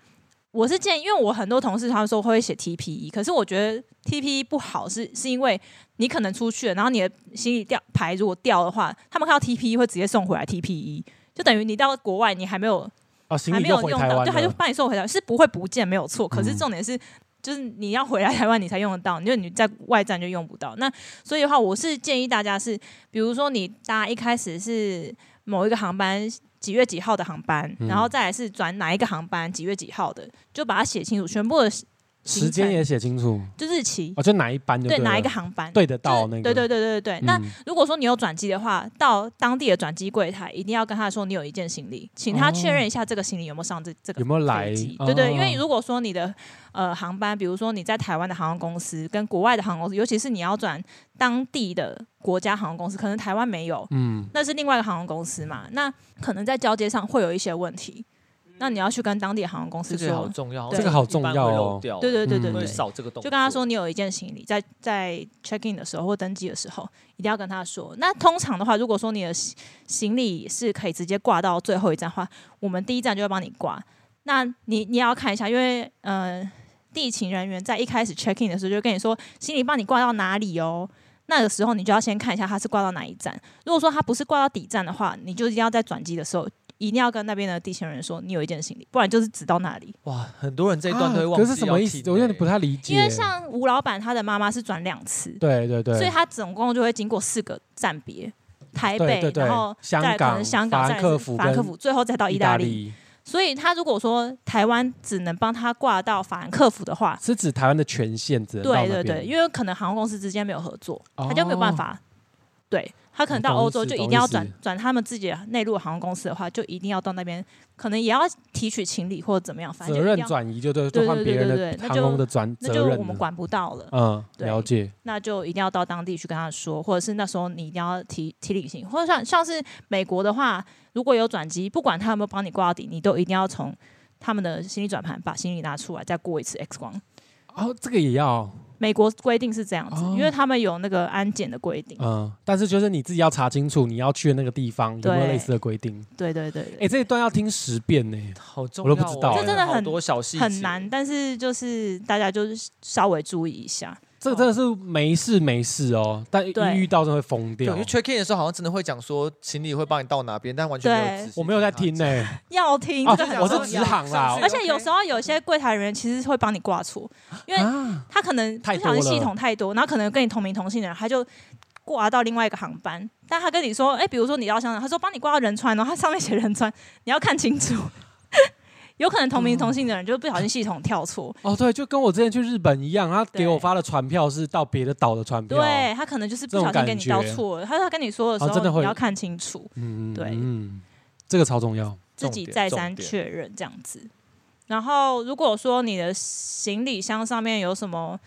[SPEAKER 2] 我是建议，因为我很多同事他们说会写 TPE，可是我觉得 TPE 不好是是因为你可能出去了，然后你的行李掉牌如果掉的话，他们看到 TPE 会直接送回来 TPE，就等于你到国外你还没有
[SPEAKER 1] 哦，行
[SPEAKER 2] 还
[SPEAKER 1] 李
[SPEAKER 2] 没
[SPEAKER 1] 就
[SPEAKER 2] 有
[SPEAKER 1] 回
[SPEAKER 2] 用
[SPEAKER 1] 台
[SPEAKER 2] 到，
[SPEAKER 1] 湾
[SPEAKER 2] 对，他就
[SPEAKER 1] 了，
[SPEAKER 2] 把你送回台湾，是不会不见没有错。可是
[SPEAKER 1] 嗯
[SPEAKER 2] 重点是，就是你要回来台湾你才用得到，因为你在外站就用不到。那所以的话，我是建议大家是，比如说你搭一开始是某一个航班。几月几号的航班，
[SPEAKER 1] 嗯
[SPEAKER 2] 然后再来是转哪一个航班，几月几号的，就把它写清楚，全部的
[SPEAKER 1] 时间也写清楚，
[SPEAKER 2] 就日期，
[SPEAKER 1] 哦，就哪一班就
[SPEAKER 2] 对
[SPEAKER 1] 了
[SPEAKER 2] 哪一个航班，
[SPEAKER 1] 对得
[SPEAKER 2] 就是
[SPEAKER 1] 到那个，
[SPEAKER 2] 对对对对对对。那
[SPEAKER 1] 嗯
[SPEAKER 2] 如果说你有转机的话，到当地的转机柜台一定要跟他说你有一件行李，请他
[SPEAKER 1] 哦
[SPEAKER 2] 确认一下这个行李有没有上这这个
[SPEAKER 1] 有没有来
[SPEAKER 2] 飞机？
[SPEAKER 1] 哦
[SPEAKER 2] 对对，因为如果说你的呃航班，比如说你在台湾的航空公司跟国外的航空公司，尤其是你要转当地的国家航空公司，可能台湾没有，
[SPEAKER 1] 嗯，
[SPEAKER 2] 那是另外一个航空公司嘛，那可能在交接上会有一些问题，那你要去跟当地的航空公司
[SPEAKER 5] 这个好
[SPEAKER 2] 说。
[SPEAKER 5] 重要，
[SPEAKER 2] 对
[SPEAKER 1] 这个好重要哦
[SPEAKER 5] 一般会漏掉
[SPEAKER 2] 对对对对
[SPEAKER 1] 嗯
[SPEAKER 2] 对
[SPEAKER 5] 会，少这个动作，
[SPEAKER 2] 就跟他说你有一件行李，在在 check in 的时候或登机的时候，一定要跟他说。那通常的话，如果说你的行行李是可以直接挂到最后一站的话，我们第一站就会帮你挂。那你你也要看一下，因为呃，地勤人员在一开始 check in 的时候就跟你说行李帮你挂到哪里哦。那个时候你就要先看一下他是挂到哪一站。如果说他不是挂到底站的话，你就一定要在转机的时候一定要跟那边的地勤人员说你有一件行李，不然就是只到那里。
[SPEAKER 5] 哇，很多人这一段都会忘
[SPEAKER 1] 啊
[SPEAKER 5] 记。欸
[SPEAKER 1] 可是什么意思？我有点不。太理解，
[SPEAKER 2] 因为像吴老板他的妈妈是转两次，
[SPEAKER 1] 对对对，
[SPEAKER 2] 所以它总共就会经过四个站别，台
[SPEAKER 1] 对
[SPEAKER 2] 北，
[SPEAKER 1] 对对
[SPEAKER 2] 然后
[SPEAKER 1] 香
[SPEAKER 2] 再可
[SPEAKER 1] 港
[SPEAKER 2] 能香港、
[SPEAKER 1] 法
[SPEAKER 2] 再
[SPEAKER 1] 兰
[SPEAKER 2] 来
[SPEAKER 1] 克
[SPEAKER 2] 是
[SPEAKER 1] 福
[SPEAKER 2] 法兰克
[SPEAKER 1] 跟
[SPEAKER 2] 福，最后再到意
[SPEAKER 1] 意
[SPEAKER 2] 大
[SPEAKER 1] 大
[SPEAKER 2] 利。
[SPEAKER 1] 利
[SPEAKER 2] 所以他如果说台湾只能帮他挂到法兰克福的话，
[SPEAKER 1] 是指台湾的权限，只能到
[SPEAKER 2] 对
[SPEAKER 1] 那
[SPEAKER 2] 对
[SPEAKER 1] 边
[SPEAKER 2] 对，因为可能航空公司之间没有合作，
[SPEAKER 1] 哦
[SPEAKER 2] 他就没有办法。对他可能到
[SPEAKER 1] 我懂
[SPEAKER 2] 欧洲
[SPEAKER 1] 意思
[SPEAKER 2] 就一定
[SPEAKER 1] 懂意
[SPEAKER 2] 要
[SPEAKER 1] 思
[SPEAKER 2] 转转他们自己的内陆航空公司的话，就一定要到那边，可能也要提取情理或者怎么样，反正
[SPEAKER 1] 责
[SPEAKER 2] 就一
[SPEAKER 1] 任
[SPEAKER 2] 定要
[SPEAKER 1] 转移就对，
[SPEAKER 2] 对
[SPEAKER 1] 就换
[SPEAKER 2] 对
[SPEAKER 1] 别
[SPEAKER 2] 对
[SPEAKER 1] 人
[SPEAKER 2] 对
[SPEAKER 1] 的
[SPEAKER 2] 对那
[SPEAKER 1] 航
[SPEAKER 2] 就
[SPEAKER 1] 空的转
[SPEAKER 2] 那
[SPEAKER 1] 责
[SPEAKER 2] 就
[SPEAKER 1] 任
[SPEAKER 2] 我们
[SPEAKER 1] 了。
[SPEAKER 2] 管不到了。
[SPEAKER 1] 嗯，
[SPEAKER 2] 对
[SPEAKER 1] 了解。
[SPEAKER 2] 那就一定要到当地去跟他说，或者是那时候你一定要提提领行，或者像像是美国的话，如果有转机，不管他有没有帮你挂到底，你都一定要从他们的行李转盘把行李拿出来，再过一次 X 光。
[SPEAKER 1] 哦，这个也要，
[SPEAKER 2] 美国规定是这样子，
[SPEAKER 1] 哦
[SPEAKER 2] 因为他们有那个安检的规定。
[SPEAKER 1] 嗯，但是就是你自己要查清楚你要去的那个地方有没有
[SPEAKER 2] 对
[SPEAKER 1] 类似的规定。
[SPEAKER 2] 对对对
[SPEAKER 1] 哎，这一段要听十遍呢。
[SPEAKER 5] 好重
[SPEAKER 1] 我
[SPEAKER 5] 要
[SPEAKER 1] 都
[SPEAKER 5] 哦，
[SPEAKER 1] 不知道
[SPEAKER 2] 这真的很
[SPEAKER 5] 好多小细
[SPEAKER 2] 对，
[SPEAKER 5] 节
[SPEAKER 2] 很难，。但是就是大家就是稍微注意一下。
[SPEAKER 1] 这个真的是没事没事哦，但一
[SPEAKER 2] 对
[SPEAKER 1] 遇到真的会疯
[SPEAKER 5] 对，
[SPEAKER 1] 掉
[SPEAKER 5] 因为。check in 的时候好像真的会讲说行李会帮你到哪边，但完全没有
[SPEAKER 2] 对
[SPEAKER 5] 仔细
[SPEAKER 1] 我没有在听呢，欸
[SPEAKER 2] 要听
[SPEAKER 1] 啊
[SPEAKER 2] 这个很
[SPEAKER 1] 我是
[SPEAKER 2] 重
[SPEAKER 1] 直
[SPEAKER 2] 要，
[SPEAKER 1] 航啦
[SPEAKER 5] 上去
[SPEAKER 2] 而且有时候有些柜台人员其实会帮你挂错，因为
[SPEAKER 1] 啊，
[SPEAKER 2] 他可能不
[SPEAKER 1] 太
[SPEAKER 2] 小心
[SPEAKER 1] 多了
[SPEAKER 2] 系统太多，然后可能跟你同名同姓的人，他就挂到另外一个航班，但他跟你说，哎、比如说你到香港，他说帮你挂到仁川哦，他上面写仁川， 你要看清楚。 有可能同名同姓的人就不小心系统跳错，
[SPEAKER 1] 哦，对，就跟我之前去日本一样，他给
[SPEAKER 2] 对
[SPEAKER 1] 我发的船票是到别的岛的船票，
[SPEAKER 2] 对他可能就是不小心跟你
[SPEAKER 1] 这种
[SPEAKER 2] 到
[SPEAKER 1] 感觉
[SPEAKER 2] 错了。他说他跟你说的时
[SPEAKER 1] 哦
[SPEAKER 2] 候，
[SPEAKER 1] 真的会
[SPEAKER 2] 你要看清楚，
[SPEAKER 1] 嗯，嗯，
[SPEAKER 2] 对
[SPEAKER 1] 嗯，这个超重要。
[SPEAKER 2] 自己再三确认这样子。然后如果说你的行李箱上面有什么，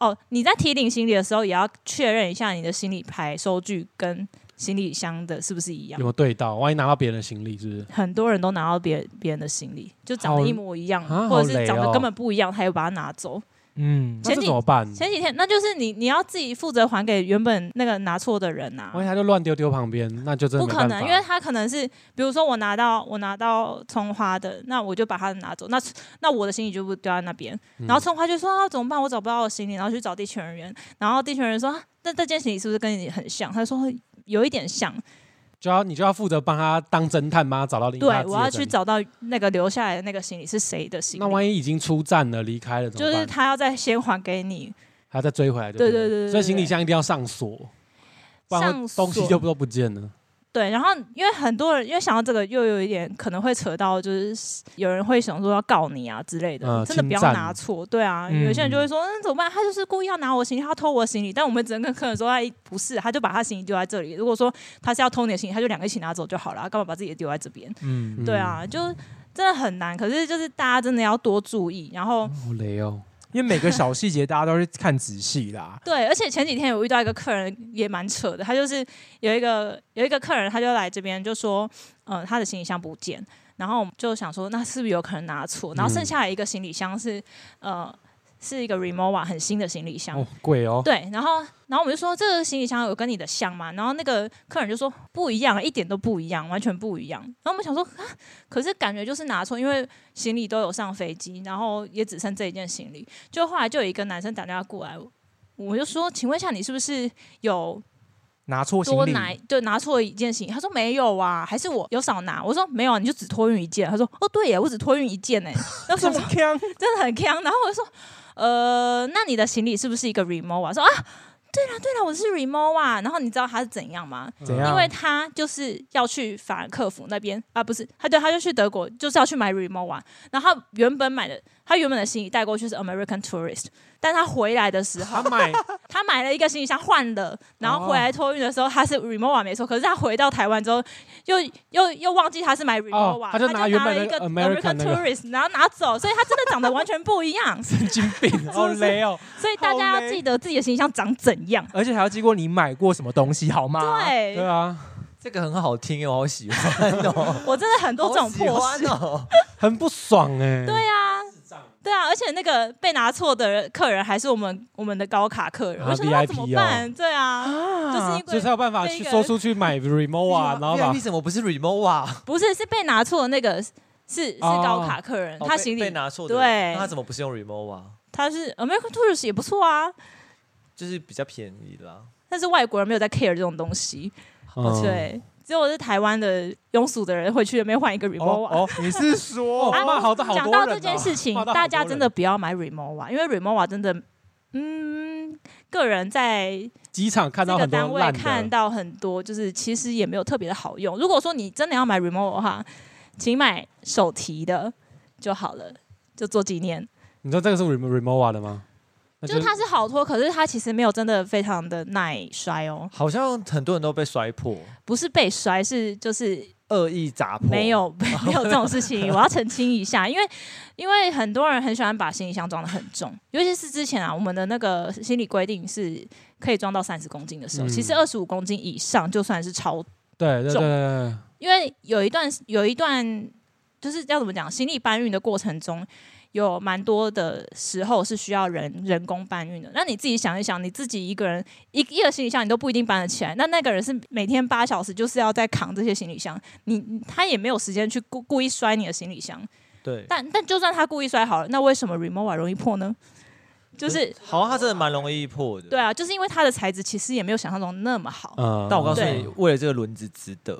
[SPEAKER 2] 哦，你在提领行李的时候也要确认一下你的行李牌收据跟行李箱的是不是一样
[SPEAKER 1] 有没。有对到？万一拿到别人的行李，是不是？
[SPEAKER 2] 很多人都拿到别别人的行李，就长得
[SPEAKER 1] 好
[SPEAKER 2] 一模一样，
[SPEAKER 1] 啊
[SPEAKER 2] 或
[SPEAKER 1] 好
[SPEAKER 2] 者是
[SPEAKER 1] 累
[SPEAKER 2] 长得
[SPEAKER 1] 哦
[SPEAKER 2] 根本不一样，他又把它拿走。
[SPEAKER 3] 嗯，
[SPEAKER 1] 那
[SPEAKER 2] 前
[SPEAKER 1] 这
[SPEAKER 2] 几
[SPEAKER 1] 怎么办？
[SPEAKER 2] 前几天那就是你你要自己负责还给原本那个拿错的人啊。
[SPEAKER 1] 万一他就乱丢丢旁边，那就真的
[SPEAKER 2] 不
[SPEAKER 1] 没
[SPEAKER 2] 可
[SPEAKER 1] 办
[SPEAKER 2] 能，
[SPEAKER 1] 法
[SPEAKER 2] 因为他可能是，比如说我拿到我拿到葱花的，那我就把它拿走，那那我的行李就不丢在那边。然
[SPEAKER 1] 嗯
[SPEAKER 2] 后葱花就说、啊、怎么办？我找不到我行李，然后去找地勤人员，然后地勤人员说，啊那这件行李是不是跟你很像？他说有一点像，
[SPEAKER 1] 就要你就要负责帮他当侦探，帮他找到另一
[SPEAKER 2] 对
[SPEAKER 1] 他自己的
[SPEAKER 2] 我要
[SPEAKER 1] 证
[SPEAKER 2] 去
[SPEAKER 1] 据。
[SPEAKER 2] 找到那个留下来的那个行李是谁的行
[SPEAKER 1] 那
[SPEAKER 2] 李，
[SPEAKER 1] 万一已经出站了，离开了怎
[SPEAKER 2] 就
[SPEAKER 1] 么
[SPEAKER 2] 是
[SPEAKER 1] 办？
[SPEAKER 2] 他要再先还给你。
[SPEAKER 1] 还要再追回来就
[SPEAKER 2] 对
[SPEAKER 1] 对
[SPEAKER 2] 对对对
[SPEAKER 1] 所以
[SPEAKER 2] 对
[SPEAKER 1] 行李箱一定要上锁，不然
[SPEAKER 2] 上
[SPEAKER 1] 会东西
[SPEAKER 2] 锁
[SPEAKER 1] 就都不见了。
[SPEAKER 2] 对，然后因为很多人因为想到这个，又有一点可能会扯到，就是有人会想说要告你啊之类的，
[SPEAKER 1] 嗯
[SPEAKER 2] 真的不要
[SPEAKER 1] 侵占
[SPEAKER 2] 拿错。对啊，
[SPEAKER 3] 嗯
[SPEAKER 2] 有些人就会说，嗯，怎么办？他就是故意要拿我行李，他偷我行李，但我们只能跟客人说，哎，不是，他就把他行李丢在这里。如果说他是要偷你的行李，他就两个一起拿走就好了，干嘛把自己的丢在这边？
[SPEAKER 3] 嗯，
[SPEAKER 2] 对啊，就真的很难。可是就是大家真的要多注意，然后。。
[SPEAKER 1] 好雷哦！
[SPEAKER 3] 因为每个小细节大家都是看仔细啦
[SPEAKER 2] 对，而且前几天有遇到一个客人也蛮扯的，他就是有一个有一个客人，他就来这边就说，呃，他的行李箱不见，然后我们就想说，那是不是有可能拿错？然后剩下一个行李箱是，呃，是一个 Remova 很新的行李箱。
[SPEAKER 1] 哦，贵哦。
[SPEAKER 2] 对，然后，然后我们就说这个行李箱有跟你的像吗？然后那个客人就说不一样，一点都不一样，完全不一样。然后我们想说，啊，可是感觉就是拿错，因为行李都有上飞机，然后也只剩这一件行李。就后来就有一个男生打电话过来，我就说，请问一下，你是不是有
[SPEAKER 3] 拿错行
[SPEAKER 2] 多
[SPEAKER 3] 李，
[SPEAKER 2] 拿就拿错一件行李？他说没有啊，还是我有少拿？我说没有啊，你就只托运一件。他说哦对耶，我只托运一件呢。然后
[SPEAKER 3] 这
[SPEAKER 2] 想
[SPEAKER 3] 么
[SPEAKER 2] 说
[SPEAKER 3] 坑，
[SPEAKER 2] 真的很坑。然后我就说，呃，那你的行李是不是一个 remova？我说啊，对啦对啦，我是 remova。然后你知道他是怎样吗？
[SPEAKER 3] 怎
[SPEAKER 1] 嗯
[SPEAKER 3] 样？
[SPEAKER 2] 因为他就是要去法兰克福那边啊，不是，他对，他就去德国，就是要去买 remova。然后他原本买的，他原本的行李带过去是 American Tourist，但他回来的时候
[SPEAKER 1] 他，买
[SPEAKER 2] 他买了一个行李箱换了，然后
[SPEAKER 1] 哦
[SPEAKER 2] 回来托运的时候他是 remova 没错，可是他回到台湾之后，又又又忘记他是买 remova，、
[SPEAKER 1] 哦他就拿原本
[SPEAKER 2] 了一
[SPEAKER 1] 那
[SPEAKER 2] 个
[SPEAKER 1] 个 American 那个。
[SPEAKER 2] Tourist，然后拿走，所以他真的长得完全不一 样
[SPEAKER 1] 神经病， 好雷哦。
[SPEAKER 2] 所以大家
[SPEAKER 3] 好
[SPEAKER 2] 要
[SPEAKER 3] 嘞
[SPEAKER 2] 记得自己的形象长怎样。
[SPEAKER 3] 而且还要经过你买过什么东西，好吗？，
[SPEAKER 2] 对，
[SPEAKER 1] 对啊，
[SPEAKER 4] 这个很好听哦，我好喜欢 哦，
[SPEAKER 2] 我真的很多这种破
[SPEAKER 4] 好
[SPEAKER 2] 事
[SPEAKER 4] 喜。欢哦。
[SPEAKER 1] 很不爽哎。
[SPEAKER 2] 对啊，对啊，而且那个被拿错的人客人还是我们我们的高卡客人，
[SPEAKER 1] 啊
[SPEAKER 2] 我想说
[SPEAKER 1] VIP
[SPEAKER 2] 怎么办？对啊，就
[SPEAKER 1] 所
[SPEAKER 2] 是
[SPEAKER 1] 以
[SPEAKER 2] 因
[SPEAKER 1] 才
[SPEAKER 2] 为
[SPEAKER 1] 有办法去说出去买 Remova，然后
[SPEAKER 5] 啊
[SPEAKER 1] 把
[SPEAKER 4] VIP 怎么不是 Remova？啊
[SPEAKER 2] 不是是被拿错的那个是是
[SPEAKER 1] 哦
[SPEAKER 2] 高卡客人，
[SPEAKER 4] 哦
[SPEAKER 2] 他
[SPEAKER 4] 被
[SPEAKER 2] 行李
[SPEAKER 4] 被拿错的，
[SPEAKER 2] 对
[SPEAKER 4] 那他怎么不是用 Remova？
[SPEAKER 2] 他是 American Tourist 也不错啊，
[SPEAKER 4] 就是比较便宜啦。
[SPEAKER 2] 但是外国人没有在 care 这种东西，
[SPEAKER 1] 嗯，
[SPEAKER 2] 对，只有是台湾的庸俗的人会去那边换一个 Remova。
[SPEAKER 3] 哦 哦，你是说
[SPEAKER 1] 哦骂好多好
[SPEAKER 2] 讲
[SPEAKER 1] 多
[SPEAKER 2] 到
[SPEAKER 1] 人
[SPEAKER 2] 这件
[SPEAKER 1] 哦
[SPEAKER 2] 事情
[SPEAKER 1] 骂，到好
[SPEAKER 2] 大家
[SPEAKER 1] 多
[SPEAKER 2] 真
[SPEAKER 1] 人
[SPEAKER 2] 的不要买啊 Remova，因为 Remova 真的，嗯，个人在
[SPEAKER 1] 机场看
[SPEAKER 2] 这
[SPEAKER 1] 到
[SPEAKER 2] 个
[SPEAKER 1] 很多
[SPEAKER 2] 单位
[SPEAKER 1] 烂的
[SPEAKER 2] 看。到很多，就是其实也没有特别的好用。如果说你真的要买 Remova 的话，请买手提的就好了，就做纪念。
[SPEAKER 1] 你知道这个是 Remo- Remova 的吗？那
[SPEAKER 2] 就是它是好拖，可是它其实没有真的非常的耐摔哦，
[SPEAKER 4] 好像很多人都被摔破，
[SPEAKER 2] 不是被摔，是就是
[SPEAKER 4] 恶意砸破。
[SPEAKER 2] 没，有 没有这种事情，我要澄清一下，因为因为很多人很喜欢把行李箱装的很重，尤其是之前啊，我们的那个心理规定是可以装到三十公斤的时候，
[SPEAKER 1] 嗯
[SPEAKER 2] 其实二十五公斤以上就算是超，
[SPEAKER 1] 对对对
[SPEAKER 2] 重
[SPEAKER 1] 对
[SPEAKER 2] 因为有一段有一段就是要怎么讲，行李搬运的过程中。有蛮多的时候是需要人人工搬运的。那你自己想一想，你自己一个人一一个行李箱你都不一定搬得起来，那那个人是每天八小时就是要在扛这些行李箱，你你他也没有时间去故故意摔你的行李箱。
[SPEAKER 4] 对，
[SPEAKER 2] 但但就算他故意摔好了，那为什么 Remova 容易破呢？就是
[SPEAKER 4] 好像他真的蛮容易破的。
[SPEAKER 2] 对，啊，就是因为它的材质其实也没有想象中那么好，
[SPEAKER 1] 对，嗯
[SPEAKER 4] 但我告诉
[SPEAKER 2] 对
[SPEAKER 4] 你，为了这个轮子值得，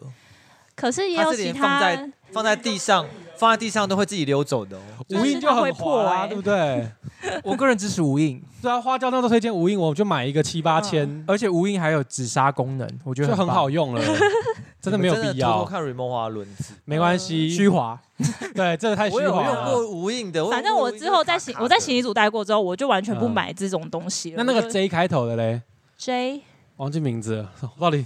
[SPEAKER 2] 可是也
[SPEAKER 4] 它
[SPEAKER 2] 有
[SPEAKER 4] 是
[SPEAKER 2] 其
[SPEAKER 4] 连放在
[SPEAKER 2] 他
[SPEAKER 4] 放在地上
[SPEAKER 5] 放在地上都会自己溜走的哦。
[SPEAKER 2] 就是
[SPEAKER 1] 无印就
[SPEAKER 2] 它会
[SPEAKER 1] 很
[SPEAKER 2] 破
[SPEAKER 1] 滑啊，
[SPEAKER 2] 欸
[SPEAKER 1] 对不对？
[SPEAKER 3] 我个人支持无印，
[SPEAKER 1] 对啊，花椒那都推荐无印，我就买一个七八千，
[SPEAKER 3] 而且无印还有紫砂功能，我觉得
[SPEAKER 1] 就很
[SPEAKER 3] 棒
[SPEAKER 1] 好。用了，真的没有
[SPEAKER 5] 你们
[SPEAKER 1] 必
[SPEAKER 5] 真的偷偷
[SPEAKER 1] 要，
[SPEAKER 5] 看 Remo 花轮子，
[SPEAKER 1] 没关系，
[SPEAKER 3] 虚华，
[SPEAKER 1] 对，真的太虚
[SPEAKER 5] 我有
[SPEAKER 1] 华
[SPEAKER 5] 用
[SPEAKER 1] 了。
[SPEAKER 5] 过无印
[SPEAKER 1] 哦
[SPEAKER 5] 的，
[SPEAKER 2] 反正我之后在行我在行李组待过之后，我就完全不
[SPEAKER 1] 嗯
[SPEAKER 2] 买这种东西了。
[SPEAKER 1] 那那
[SPEAKER 2] 我
[SPEAKER 1] 个
[SPEAKER 2] 就
[SPEAKER 1] J 开头的嘞，
[SPEAKER 2] J
[SPEAKER 1] 忘记名字了，我到底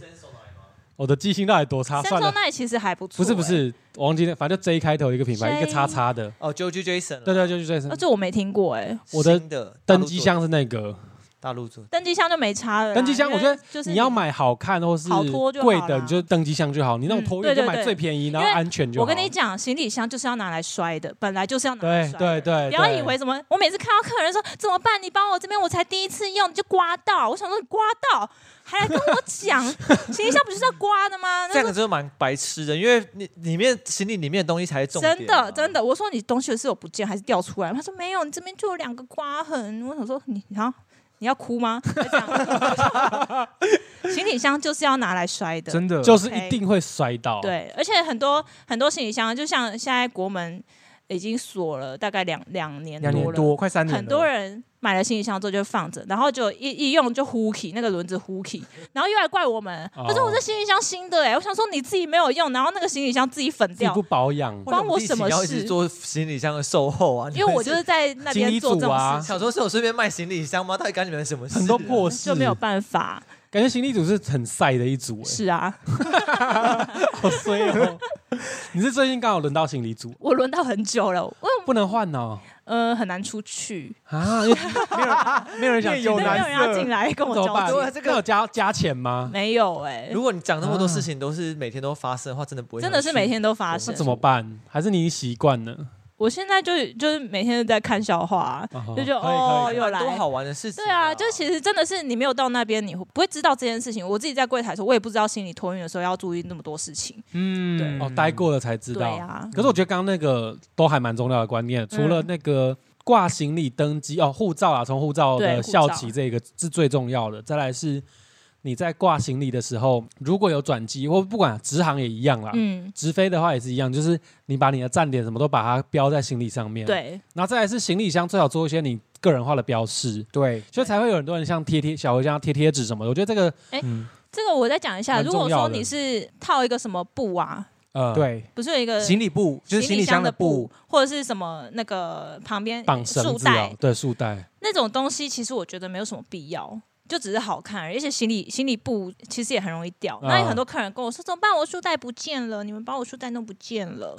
[SPEAKER 1] 我的记性到底多差？
[SPEAKER 2] 三
[SPEAKER 1] 算
[SPEAKER 2] 周
[SPEAKER 1] 了，
[SPEAKER 2] 那里其实还不错、欸
[SPEAKER 1] 不是不，是，我忘记了，反正就 J 开头一个品牌，
[SPEAKER 2] J
[SPEAKER 1] 一个叉叉的，
[SPEAKER 5] 哦，Jojo Jason，
[SPEAKER 1] 对对，就是这
[SPEAKER 2] 啊那、
[SPEAKER 1] 个。
[SPEAKER 2] 这我没听过哎、
[SPEAKER 1] 我的
[SPEAKER 5] 新的大陆
[SPEAKER 1] 登机箱是那个，
[SPEAKER 5] 做的大陆做的，
[SPEAKER 2] 登机箱就没差了啦。
[SPEAKER 1] 登机箱
[SPEAKER 2] 因为
[SPEAKER 1] 我觉
[SPEAKER 2] 就是
[SPEAKER 1] 你要。买好看或是
[SPEAKER 2] 好拖就好
[SPEAKER 1] 贵
[SPEAKER 2] 啦
[SPEAKER 1] 的，你就登机箱就好。你那种
[SPEAKER 2] 嗯
[SPEAKER 1] 托
[SPEAKER 2] 对
[SPEAKER 1] 运就
[SPEAKER 2] 对
[SPEAKER 1] 买
[SPEAKER 2] 对
[SPEAKER 1] 最便宜，然后
[SPEAKER 2] 因为
[SPEAKER 1] 安全就好。
[SPEAKER 2] 我跟你讲，行李箱就是要拿来摔的，本来就是要拿来
[SPEAKER 1] 对
[SPEAKER 2] 摔
[SPEAKER 1] 对
[SPEAKER 2] 的。
[SPEAKER 1] 对，
[SPEAKER 2] 不要
[SPEAKER 1] 对
[SPEAKER 2] 以为什么，我每次看到客人说怎么办？你帮我这边我才第一次用，你就刮到。我想说你刮到，还来跟我 讲，行李箱不就是要刮的吗？
[SPEAKER 5] 这
[SPEAKER 2] 那
[SPEAKER 5] 样真的蛮白痴的，因为你里面行李里面的东西才是重点。啊
[SPEAKER 2] 真的真
[SPEAKER 5] 的，
[SPEAKER 2] 的，我说你东西是有不见还是掉出来？他说没有，你这边就有两个刮痕。我想说你，然后你要哭吗？ 还这样 行李箱就是要拿来摔的，
[SPEAKER 3] 真的
[SPEAKER 1] 就是一
[SPEAKER 2] OK
[SPEAKER 1] 定会摔到。，
[SPEAKER 2] 对，而且很多很多行李箱，就像现在国门已经锁了大概两两年
[SPEAKER 3] 两年
[SPEAKER 2] 了，
[SPEAKER 3] 多，快三年了。
[SPEAKER 2] 很多人买了行李箱之后就放着，然后就一一用就呼气，那个轮子呼气，然后又来怪我们，
[SPEAKER 1] 哦
[SPEAKER 2] 可是我这行李箱新的哎、我想说你自己没有用，然后那个行李箱自己粉
[SPEAKER 1] 自己
[SPEAKER 2] 掉
[SPEAKER 1] 不，保养，
[SPEAKER 2] 关我什么
[SPEAKER 5] 为你自己要一
[SPEAKER 2] 事
[SPEAKER 5] 直做行李箱的售后啊？你
[SPEAKER 2] 因为
[SPEAKER 5] 们
[SPEAKER 2] 我就是在那
[SPEAKER 1] 经理
[SPEAKER 2] 边做
[SPEAKER 1] 组
[SPEAKER 2] 这种
[SPEAKER 1] 啊
[SPEAKER 2] 事，
[SPEAKER 5] 想说是我顺便卖行李箱吗？到底干你们什么事？
[SPEAKER 1] 很多破事
[SPEAKER 2] 就没有办法，
[SPEAKER 1] 感觉行李组是很晒的一组 哎，
[SPEAKER 2] 是啊，
[SPEAKER 1] 好衰哦。你是最近刚好轮到行李组，
[SPEAKER 2] 我轮到很久了，我
[SPEAKER 1] 不能换哦
[SPEAKER 2] 呃很难出去，
[SPEAKER 1] 啊，因为没有人没有人想进
[SPEAKER 3] 面有
[SPEAKER 2] 没有
[SPEAKER 1] 来
[SPEAKER 3] 难
[SPEAKER 2] 人要进来跟
[SPEAKER 1] 那
[SPEAKER 2] 我
[SPEAKER 1] 怎么
[SPEAKER 2] 交
[SPEAKER 1] 办
[SPEAKER 2] 流，
[SPEAKER 5] 对啊这？个
[SPEAKER 1] 那有加加钱吗？
[SPEAKER 2] 没有哎、
[SPEAKER 5] 如果你讲那么多事情都是每天都发生的话，真的不会
[SPEAKER 2] 真的是
[SPEAKER 5] 想去
[SPEAKER 2] 每天都发
[SPEAKER 1] 那
[SPEAKER 2] 生。
[SPEAKER 1] 怎么办？还是你已经习惯了？
[SPEAKER 2] 我现在就就是每天都在看笑话啊、
[SPEAKER 1] 哦
[SPEAKER 2] 就觉得
[SPEAKER 1] 可以
[SPEAKER 2] 哦
[SPEAKER 1] 可以
[SPEAKER 2] 又来
[SPEAKER 5] 多好玩的事情。
[SPEAKER 2] 对啊，就其实真的是你没有到那边，你会不会知道这件事情。我自己在柜台的时候，我也不知道行李托运的时候要注意那么多事情。
[SPEAKER 3] 嗯
[SPEAKER 2] 对
[SPEAKER 1] 哦，待过了才知
[SPEAKER 2] 对
[SPEAKER 1] 道。
[SPEAKER 2] 啊，
[SPEAKER 1] 可是我觉得刚刚那个都还蛮重要的观
[SPEAKER 2] 嗯
[SPEAKER 1] 念，除了那个挂行李登机哦，护照啊，从护照
[SPEAKER 2] 对
[SPEAKER 1] 的
[SPEAKER 2] 护
[SPEAKER 1] 校
[SPEAKER 2] 照
[SPEAKER 1] 旗这个是最重要的。再来是你在挂行李的时候，如果有转机或不管直航也一样啦，
[SPEAKER 2] 嗯，
[SPEAKER 1] 直飞的话也是一样，就是你把你的站点什么都把它标在行李上面。，
[SPEAKER 2] 对，
[SPEAKER 1] 然后再来是行李箱最好做一些你个人化的标示。
[SPEAKER 3] 对，
[SPEAKER 1] 所以才会有很多人像贴贴小茴香贴贴纸什么的，我觉得这个
[SPEAKER 3] 嗯
[SPEAKER 2] 这个我再讲一下。
[SPEAKER 1] 蛮
[SPEAKER 2] 如
[SPEAKER 1] 重要
[SPEAKER 2] 果
[SPEAKER 1] 的
[SPEAKER 2] 说你是套一个什么布啊，
[SPEAKER 1] 呃
[SPEAKER 3] 对，
[SPEAKER 2] 不是有一个
[SPEAKER 3] 行李布就是行
[SPEAKER 2] 李
[SPEAKER 3] 李箱
[SPEAKER 2] 的
[SPEAKER 3] 的布，，
[SPEAKER 2] 或者是什么那个旁边
[SPEAKER 1] 绑绳
[SPEAKER 2] 束
[SPEAKER 1] 子啊
[SPEAKER 2] 带，
[SPEAKER 1] 对束带，
[SPEAKER 2] 那种东西，其实我觉得没有什么必要。就只是好看而已，而且行李行李布其实也很容易掉。
[SPEAKER 1] 啊
[SPEAKER 2] 那有很多客人跟我说怎么办？我书袋不见了，你们把我书袋弄不见了。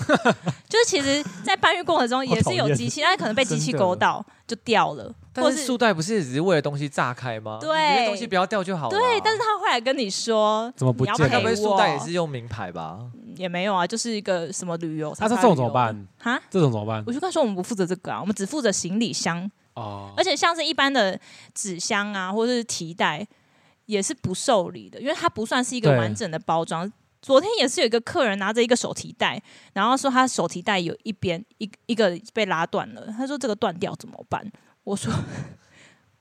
[SPEAKER 2] 就是其实，在搬运过程中也是有机器，但是可能被机器
[SPEAKER 3] 真的
[SPEAKER 2] 勾到就掉了，或
[SPEAKER 5] 但
[SPEAKER 2] 是
[SPEAKER 5] 是束带不是也只是为了东西炸开吗？
[SPEAKER 2] 对
[SPEAKER 5] 你觉得东西不要掉就好了啊。
[SPEAKER 2] 对。但是他后来跟你说
[SPEAKER 1] 怎么不
[SPEAKER 2] 你要
[SPEAKER 1] 见
[SPEAKER 2] 赔
[SPEAKER 5] 该不会
[SPEAKER 1] 了？
[SPEAKER 5] 束带也是用名牌吧？
[SPEAKER 2] 也没有啊，就是一个什么旅游。
[SPEAKER 1] 那、
[SPEAKER 2] 叉
[SPEAKER 1] 这啊
[SPEAKER 2] 叉
[SPEAKER 1] 种怎么
[SPEAKER 2] 旅游
[SPEAKER 1] 办？
[SPEAKER 2] 哈？
[SPEAKER 1] 这种怎么办？
[SPEAKER 2] 我就跟他说我们不负责这个啊，我们只负责行李箱，
[SPEAKER 1] 哦，
[SPEAKER 2] 而且像是一般的纸箱啊，或者是提袋，也是不受理的，因为它不算是一个
[SPEAKER 1] 对
[SPEAKER 2] 完整的包装。昨天也是有一个客人拿着一个手提袋，然后说他手提袋有一边一一个被拉断了，他说这个断掉怎么办？我说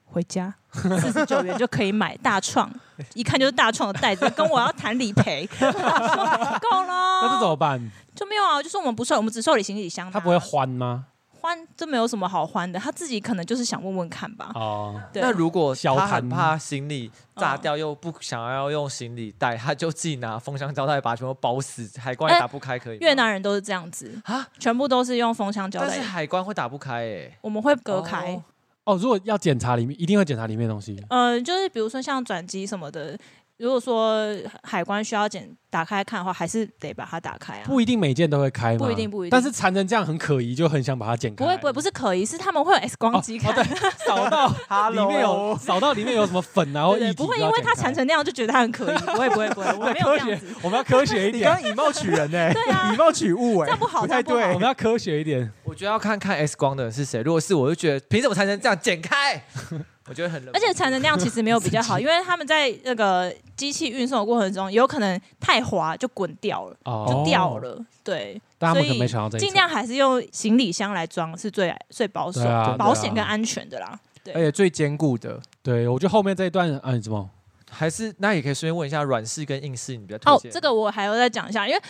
[SPEAKER 2] 回家四十九元就可以买大创，一看就是大创的袋子，跟我要谈 理赔，我说够了。
[SPEAKER 1] 那这怎么办？
[SPEAKER 2] 就没有啊，就说我们不受，我们只受理行李箱的啊、
[SPEAKER 1] 他不会欢吗？
[SPEAKER 2] 欢，这没有什么好欢的，他自己可能就是想问问看吧。
[SPEAKER 1] 哦，
[SPEAKER 2] 对，
[SPEAKER 5] 那如果
[SPEAKER 1] 小
[SPEAKER 5] 他很
[SPEAKER 1] 谈
[SPEAKER 5] 怕行李炸掉，又不想要用行李袋，他就自己拿封箱胶带把它全部包死，海关也
[SPEAKER 2] 哎
[SPEAKER 5] 打不开，可以吗？
[SPEAKER 2] 越南人都是这样子
[SPEAKER 5] 啊，
[SPEAKER 2] 全部都是用封箱胶
[SPEAKER 5] 但是
[SPEAKER 2] 带，
[SPEAKER 5] 海关会打不开诶。
[SPEAKER 2] 我们会隔开。
[SPEAKER 5] 哦
[SPEAKER 1] 哦，如果要检查里面，一定会检查里面的东西。
[SPEAKER 2] 呃，就是比如说像转机什么的，如果说海关需要检打开看的话，还是得把它打开啊。
[SPEAKER 1] 不一定每件都会开吗？
[SPEAKER 2] 不一定不一定
[SPEAKER 1] 但是缠成这样很可疑，就很想把它剪开。
[SPEAKER 2] 不会不会，不
[SPEAKER 1] 是
[SPEAKER 2] 是可疑，是他们会有 X 光机看，
[SPEAKER 1] 扫到
[SPEAKER 3] Hello
[SPEAKER 1] 里面 有扫到里面有什么粉啊，或液
[SPEAKER 2] 对对，
[SPEAKER 1] 体
[SPEAKER 2] 不会
[SPEAKER 1] 就
[SPEAKER 2] 因
[SPEAKER 1] 要
[SPEAKER 2] 为
[SPEAKER 1] 剪
[SPEAKER 2] 它
[SPEAKER 1] 开
[SPEAKER 2] 缠成那样就觉得它很可疑，不会不会不会，我没有这样子，
[SPEAKER 1] 我们要科学一
[SPEAKER 3] 你
[SPEAKER 1] 点
[SPEAKER 3] 刚，刚以貌取人 呢、
[SPEAKER 2] 对啊
[SPEAKER 3] 以貌取物
[SPEAKER 2] 这
[SPEAKER 3] 哎、
[SPEAKER 2] 样不好
[SPEAKER 3] 不太
[SPEAKER 2] 这样不好
[SPEAKER 1] 我
[SPEAKER 3] 对
[SPEAKER 1] 们。要科 学一点。
[SPEAKER 5] 我觉得要看看 X 光的人是谁，如果是我就觉得凭什么才能这样剪开？ 我觉得很冷漠，
[SPEAKER 2] 而且缠成那样其实没有比较好，因为他们在那个机器运送的过程中，有可能太滑就滚掉了，
[SPEAKER 1] 哦
[SPEAKER 2] 就掉了。对，
[SPEAKER 1] 但他们
[SPEAKER 2] 所以
[SPEAKER 1] 可能没想到这一层
[SPEAKER 2] 尽量还是用行李箱来装是最最保守、
[SPEAKER 1] 对啊
[SPEAKER 3] 对啊
[SPEAKER 2] 保险跟安全的啦。
[SPEAKER 3] 而且最坚固的，
[SPEAKER 1] 对，我觉得后面这一段，啊，你怎么？
[SPEAKER 5] 还是那也可以顺便问一下软式跟硬式，你比较推
[SPEAKER 2] 哦
[SPEAKER 5] 荐？，
[SPEAKER 2] 这个我还要再讲一下，因为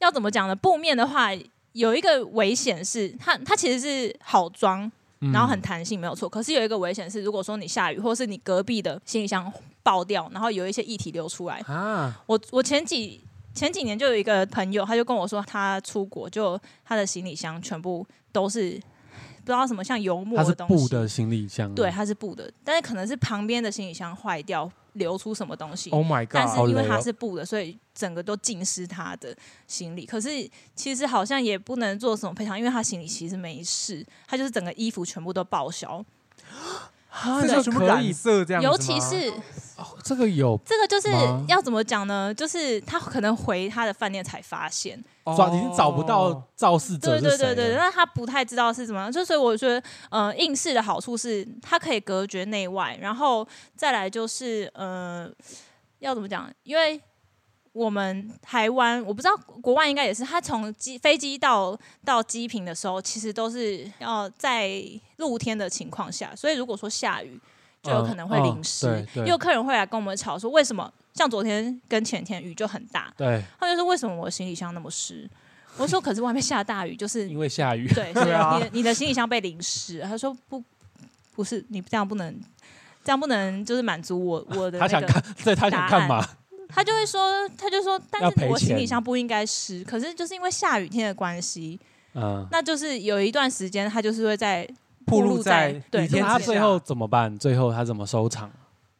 [SPEAKER 2] 要怎么讲呢？布面的话。有一个危险是它它其实是好装，
[SPEAKER 1] 嗯
[SPEAKER 2] 然后很弹性没有错。可是有一个危险是，如果说你下雨，或是你隔壁的行李箱爆掉，然后有一些液体流出来，
[SPEAKER 1] 啊，
[SPEAKER 2] 我我前几前几年就有一个朋友，他就跟我说，他出国就他的行李箱全部都是不知道什么像油墨
[SPEAKER 1] 它是
[SPEAKER 2] 东西，
[SPEAKER 1] 布的行李箱，
[SPEAKER 3] 嗯
[SPEAKER 2] 对，，它是布的，但是可能是旁边的行李箱坏掉，流出什么东西。
[SPEAKER 3] Oh my
[SPEAKER 2] 但
[SPEAKER 3] god！
[SPEAKER 2] 是
[SPEAKER 3] 好
[SPEAKER 2] 因为
[SPEAKER 3] 雷
[SPEAKER 2] 它
[SPEAKER 3] 哦
[SPEAKER 2] 是布的，所以整个都浸湿他的行李。可是其实好像也不能做什么赔偿，因为他行李其实没事，他就是整个衣服全部都报销。
[SPEAKER 3] 啊
[SPEAKER 2] 这
[SPEAKER 3] 这
[SPEAKER 2] 个
[SPEAKER 3] 全部
[SPEAKER 1] 可以
[SPEAKER 3] 染色这样子吗，
[SPEAKER 2] 尤其是
[SPEAKER 1] 哦这个有
[SPEAKER 2] 这个就是
[SPEAKER 1] 吗
[SPEAKER 2] 要怎么讲呢？就是他可能回他的饭店才发现，
[SPEAKER 1] 抓已经找不到肇事者
[SPEAKER 2] 对
[SPEAKER 1] 是
[SPEAKER 2] 对
[SPEAKER 1] 谁
[SPEAKER 2] 对对，
[SPEAKER 1] 了，
[SPEAKER 2] 那他不太知道是怎么样，就所以我觉得，呃，应试的好处是它可以隔绝内外，然后再来就是，呃，要怎么讲？因为我们台湾，我不知道国外应该也是，它从机飞机到到机坪的时候，其实都是要在露天的情况下，所以如果说下雨，就有可能会
[SPEAKER 1] 嗯
[SPEAKER 2] 淋
[SPEAKER 1] 嗯
[SPEAKER 2] 湿，
[SPEAKER 1] 对对
[SPEAKER 2] 也有客人会来跟我们吵说，为什么像昨天跟前天雨就很大，
[SPEAKER 1] 对，
[SPEAKER 2] 他就说为什么我的行李箱那么湿？我说可是外面下大雨，就是
[SPEAKER 1] 因为下雨，
[SPEAKER 2] 对，所以
[SPEAKER 3] 对啊
[SPEAKER 2] 你的你的行李箱被淋湿。他说不不是你这样不能。这样不能就是满足我我的
[SPEAKER 1] 他
[SPEAKER 2] 那
[SPEAKER 1] 想
[SPEAKER 2] 个，
[SPEAKER 1] 看，对他想干嘛？
[SPEAKER 2] 他就会说，他就说，但
[SPEAKER 1] 要
[SPEAKER 2] 是
[SPEAKER 1] 赔
[SPEAKER 2] 我行李
[SPEAKER 1] 钱
[SPEAKER 2] 箱不应该湿，可是就是因为下雨天的关系，
[SPEAKER 1] 嗯，
[SPEAKER 2] 那就是有一段时间他就是会在
[SPEAKER 3] 暴
[SPEAKER 2] 暴
[SPEAKER 3] 露
[SPEAKER 2] 露
[SPEAKER 3] 在
[SPEAKER 2] 在对
[SPEAKER 3] 雨
[SPEAKER 1] 那
[SPEAKER 3] 天
[SPEAKER 1] 他
[SPEAKER 3] 之
[SPEAKER 1] 最
[SPEAKER 3] 下
[SPEAKER 1] 后怎么办？最后他怎么收场？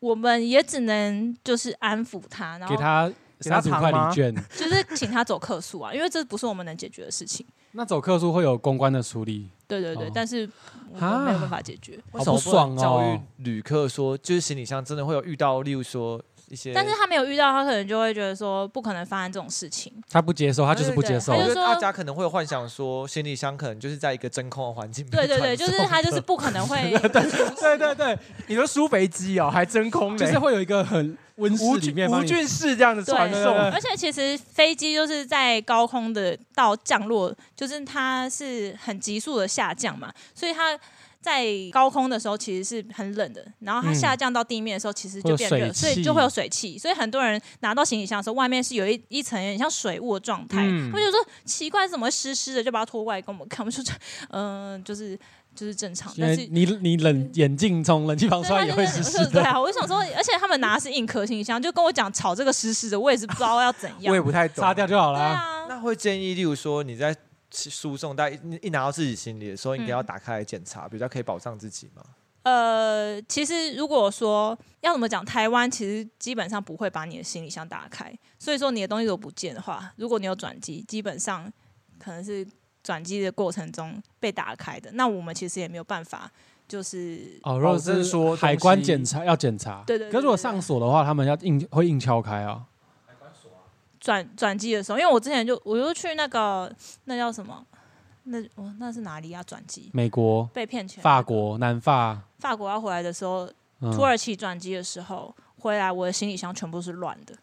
[SPEAKER 2] 我们也只能就是安抚他，然
[SPEAKER 1] 给
[SPEAKER 2] 后
[SPEAKER 1] 他
[SPEAKER 3] 给他
[SPEAKER 1] 三十
[SPEAKER 3] 糖
[SPEAKER 1] 块
[SPEAKER 3] 吗
[SPEAKER 1] 礼券，
[SPEAKER 2] 就是请他走客诉啊，因为这不是我们能解决的事情，
[SPEAKER 1] 那走客数会有公关的处理，
[SPEAKER 2] 对对对，
[SPEAKER 1] 哦
[SPEAKER 2] 但是我们没有办法解决。
[SPEAKER 1] 好
[SPEAKER 5] 为什么
[SPEAKER 1] 不
[SPEAKER 5] 不
[SPEAKER 1] 爽
[SPEAKER 5] 能教育
[SPEAKER 1] 哦！
[SPEAKER 5] 旅客说，就是行李箱真的会有遇到，例如说一些，
[SPEAKER 2] 但是他没有遇到，他可能就会觉得说不可能发生这种事情。
[SPEAKER 1] 他不接受，他就是不接受
[SPEAKER 5] 我觉
[SPEAKER 2] 对对对他就
[SPEAKER 5] 得
[SPEAKER 2] 说
[SPEAKER 5] 大家可能会有幻想说，行李箱可能就是在一个真空的环境，
[SPEAKER 2] 对对对，就是他就是不可能会
[SPEAKER 3] 对对对，你说苏肥鸡哦，还真空
[SPEAKER 1] 就
[SPEAKER 3] 嘞
[SPEAKER 1] 是，会有一个很温室
[SPEAKER 3] 无
[SPEAKER 1] 里
[SPEAKER 3] 菌
[SPEAKER 1] 面帮
[SPEAKER 3] 无
[SPEAKER 1] 你
[SPEAKER 3] 菌室这样子
[SPEAKER 2] 对
[SPEAKER 3] 传送，
[SPEAKER 2] 而且其实飞机就是在高空的到降落，就是它是很急速的下降嘛，所以它在高空的时候其实是很冷的，然后它
[SPEAKER 3] 嗯
[SPEAKER 2] 下降到地面的时候其实就变
[SPEAKER 1] 会有
[SPEAKER 2] 热，
[SPEAKER 1] 水
[SPEAKER 2] 所以就会有水汽，所以很多人拿到行李箱的时候，外面是有一一层有点像水雾的状态，
[SPEAKER 3] 嗯
[SPEAKER 2] 他们就说奇怪怎么会湿湿的，就把它拖过来给我们看，我们说嗯、就是就是正常，
[SPEAKER 1] 因
[SPEAKER 2] 但
[SPEAKER 1] 为
[SPEAKER 2] 是
[SPEAKER 1] 你你冷眼镜从冷气房出来哦
[SPEAKER 2] 对，他
[SPEAKER 1] 也
[SPEAKER 2] 就
[SPEAKER 1] 会
[SPEAKER 2] 是
[SPEAKER 1] 湿湿
[SPEAKER 2] 我就 对
[SPEAKER 1] 的，
[SPEAKER 2] 啊，我就想说，而且他们拿的是硬壳行李箱，就跟我讲炒这个湿湿的，我也是不知道要怎样。
[SPEAKER 3] 我也不太懂，
[SPEAKER 1] 擦掉就好
[SPEAKER 2] 对
[SPEAKER 1] 啦。
[SPEAKER 2] 啊，
[SPEAKER 5] 那会建议，例如说你在输送带一一拿到自己行李的时候，应该要
[SPEAKER 2] 嗯
[SPEAKER 5] 打开来检查，比较可以保障自己嘛。
[SPEAKER 2] 呃，其实如果说要怎么讲，台湾其实基本上不会把你的行李箱打开，所以说你的东西如果不见的话，如果你有转机，基本上可能是转机的过程中被打开的，那我们其实也没有办法，就是
[SPEAKER 1] 哦，如果
[SPEAKER 3] 保证
[SPEAKER 1] 是
[SPEAKER 3] 说
[SPEAKER 1] 海
[SPEAKER 3] 东
[SPEAKER 1] 关
[SPEAKER 3] 西
[SPEAKER 1] 检查要检查，
[SPEAKER 2] 对对对
[SPEAKER 1] 可是如果
[SPEAKER 2] 对对
[SPEAKER 1] 上锁的话，他们要硬会硬敲开啊。
[SPEAKER 2] 转转机的时候，因为我之前就我就去那个那叫什么，那我、那是哪里啊？转机
[SPEAKER 1] 美国、
[SPEAKER 2] 被骗钱，
[SPEAKER 1] 法国、南法、
[SPEAKER 2] 法国要回来的时候，
[SPEAKER 1] 嗯
[SPEAKER 2] 土耳其转机的时候回来，我的行李箱全部是乱的，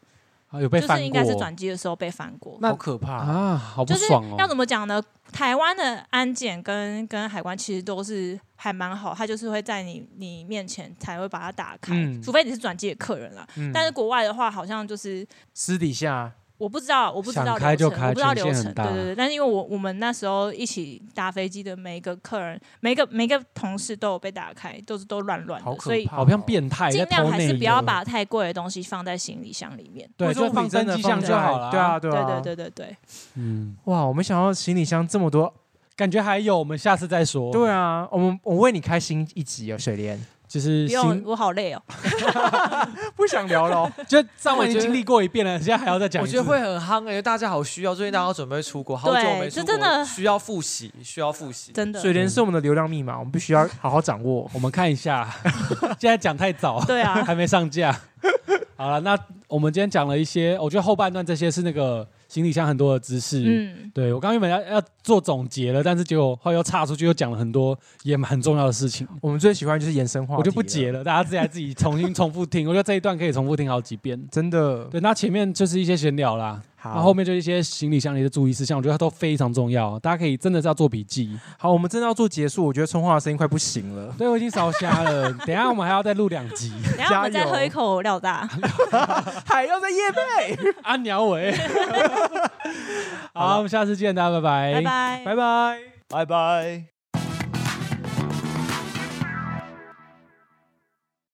[SPEAKER 1] 啊有被
[SPEAKER 2] 就
[SPEAKER 1] 翻
[SPEAKER 2] 是
[SPEAKER 1] 过，
[SPEAKER 2] 应该是转机的时候被翻过。
[SPEAKER 3] 好可怕。
[SPEAKER 1] 啊，好不
[SPEAKER 2] 就是
[SPEAKER 1] 爽
[SPEAKER 2] 要
[SPEAKER 1] 哦。
[SPEAKER 2] 怎么讲呢？台湾的安检跟跟海关其实都是还蛮好，它就是会在你你面前才会把它打开，
[SPEAKER 3] 嗯
[SPEAKER 2] 除非你是转机的客人啦。
[SPEAKER 3] 嗯
[SPEAKER 2] 但是国外的话，好像就是
[SPEAKER 3] 私底下
[SPEAKER 2] 我不知道，我不知道
[SPEAKER 1] 想
[SPEAKER 2] 流
[SPEAKER 1] 开就
[SPEAKER 2] 程，
[SPEAKER 1] 开
[SPEAKER 2] 我不知道
[SPEAKER 1] 权限
[SPEAKER 2] 流程，
[SPEAKER 1] 很
[SPEAKER 2] 对
[SPEAKER 1] 大
[SPEAKER 2] 对对。但是因为我我们那时候一起搭飞机的每一个客人，每一个每一个同事都有被打开，都是都乱乱
[SPEAKER 3] 好
[SPEAKER 2] 的，
[SPEAKER 3] 可
[SPEAKER 2] 所以
[SPEAKER 3] 怕哦，
[SPEAKER 1] 好像变态，在
[SPEAKER 2] 尽量
[SPEAKER 1] 偷
[SPEAKER 2] 还
[SPEAKER 1] 内
[SPEAKER 2] 是
[SPEAKER 1] 衣
[SPEAKER 2] 不要
[SPEAKER 1] 了
[SPEAKER 2] 把太贵的东西放在行李箱里面。
[SPEAKER 1] 对，
[SPEAKER 3] 或者
[SPEAKER 1] 就放
[SPEAKER 3] 物理真
[SPEAKER 1] 登
[SPEAKER 3] 的
[SPEAKER 1] 机箱
[SPEAKER 3] 在
[SPEAKER 1] 就好了。
[SPEAKER 3] 对啊，，对
[SPEAKER 2] 对
[SPEAKER 3] 啊，
[SPEAKER 2] 对对对对，
[SPEAKER 1] 嗯，
[SPEAKER 3] 哇，我没想到行李箱这么多。
[SPEAKER 1] 感觉还有，我们下次再说。
[SPEAKER 3] 对啊，我们我为你开心一集哦，水莲
[SPEAKER 1] 就是
[SPEAKER 2] 不用，
[SPEAKER 1] 行，
[SPEAKER 2] 我好累哦。
[SPEAKER 3] 不想聊了 哦。
[SPEAKER 1] 就上
[SPEAKER 4] 我
[SPEAKER 1] 完已
[SPEAKER 4] 觉
[SPEAKER 1] 经
[SPEAKER 4] 得
[SPEAKER 1] 历过一遍了，现在还要再讲
[SPEAKER 4] 我
[SPEAKER 1] 一
[SPEAKER 4] 觉
[SPEAKER 1] 次。
[SPEAKER 4] 得会很夯欸诶、因为大家好需要，最近大家要准备出国，好久
[SPEAKER 2] 对
[SPEAKER 4] 没出
[SPEAKER 2] 这
[SPEAKER 4] 国，
[SPEAKER 2] 真的
[SPEAKER 4] 需要复习，需要复习。
[SPEAKER 2] 真的。
[SPEAKER 3] 水莲是我们的流量密码，我们必须要好好掌握。
[SPEAKER 1] 我们看一下， 现在讲太早，
[SPEAKER 2] 对啊
[SPEAKER 1] 还没上架。好了，那我们今天讲了一些，我觉得后半段这些是那个行李箱很多的知识。
[SPEAKER 2] 嗯，
[SPEAKER 1] 对我刚原本要要做总结了，但是结果后来又岔出去，又讲了很多也蛮重要的事情，
[SPEAKER 3] 我们最喜欢就是延伸话题，
[SPEAKER 1] 我就不解，了，大家自己来自己重新重复听。我觉得这一段可以重复听好几遍。
[SPEAKER 3] 真的。
[SPEAKER 1] 对，那前面就是一些闲聊啦，
[SPEAKER 3] 好，
[SPEAKER 1] 然后后面就一些行李箱里的注意事项，我觉得它都非常重要，大家可以真的是要做笔记。
[SPEAKER 3] 好，我们真的要做结束，我觉得春花的声音快不行了。
[SPEAKER 1] 对，我已经烧瞎了， 等一下我们还要再录两 集。
[SPEAKER 2] 等一下我们再
[SPEAKER 3] 加油
[SPEAKER 2] 喝一 口料大。
[SPEAKER 1] 啊
[SPEAKER 3] 还要在夜配，
[SPEAKER 1] 阿鸟伟，
[SPEAKER 6] 好，我们下次见，大家拜拜，
[SPEAKER 1] 拜拜，
[SPEAKER 3] 哎
[SPEAKER 2] 拜拜。
[SPEAKER 3] 拜拜。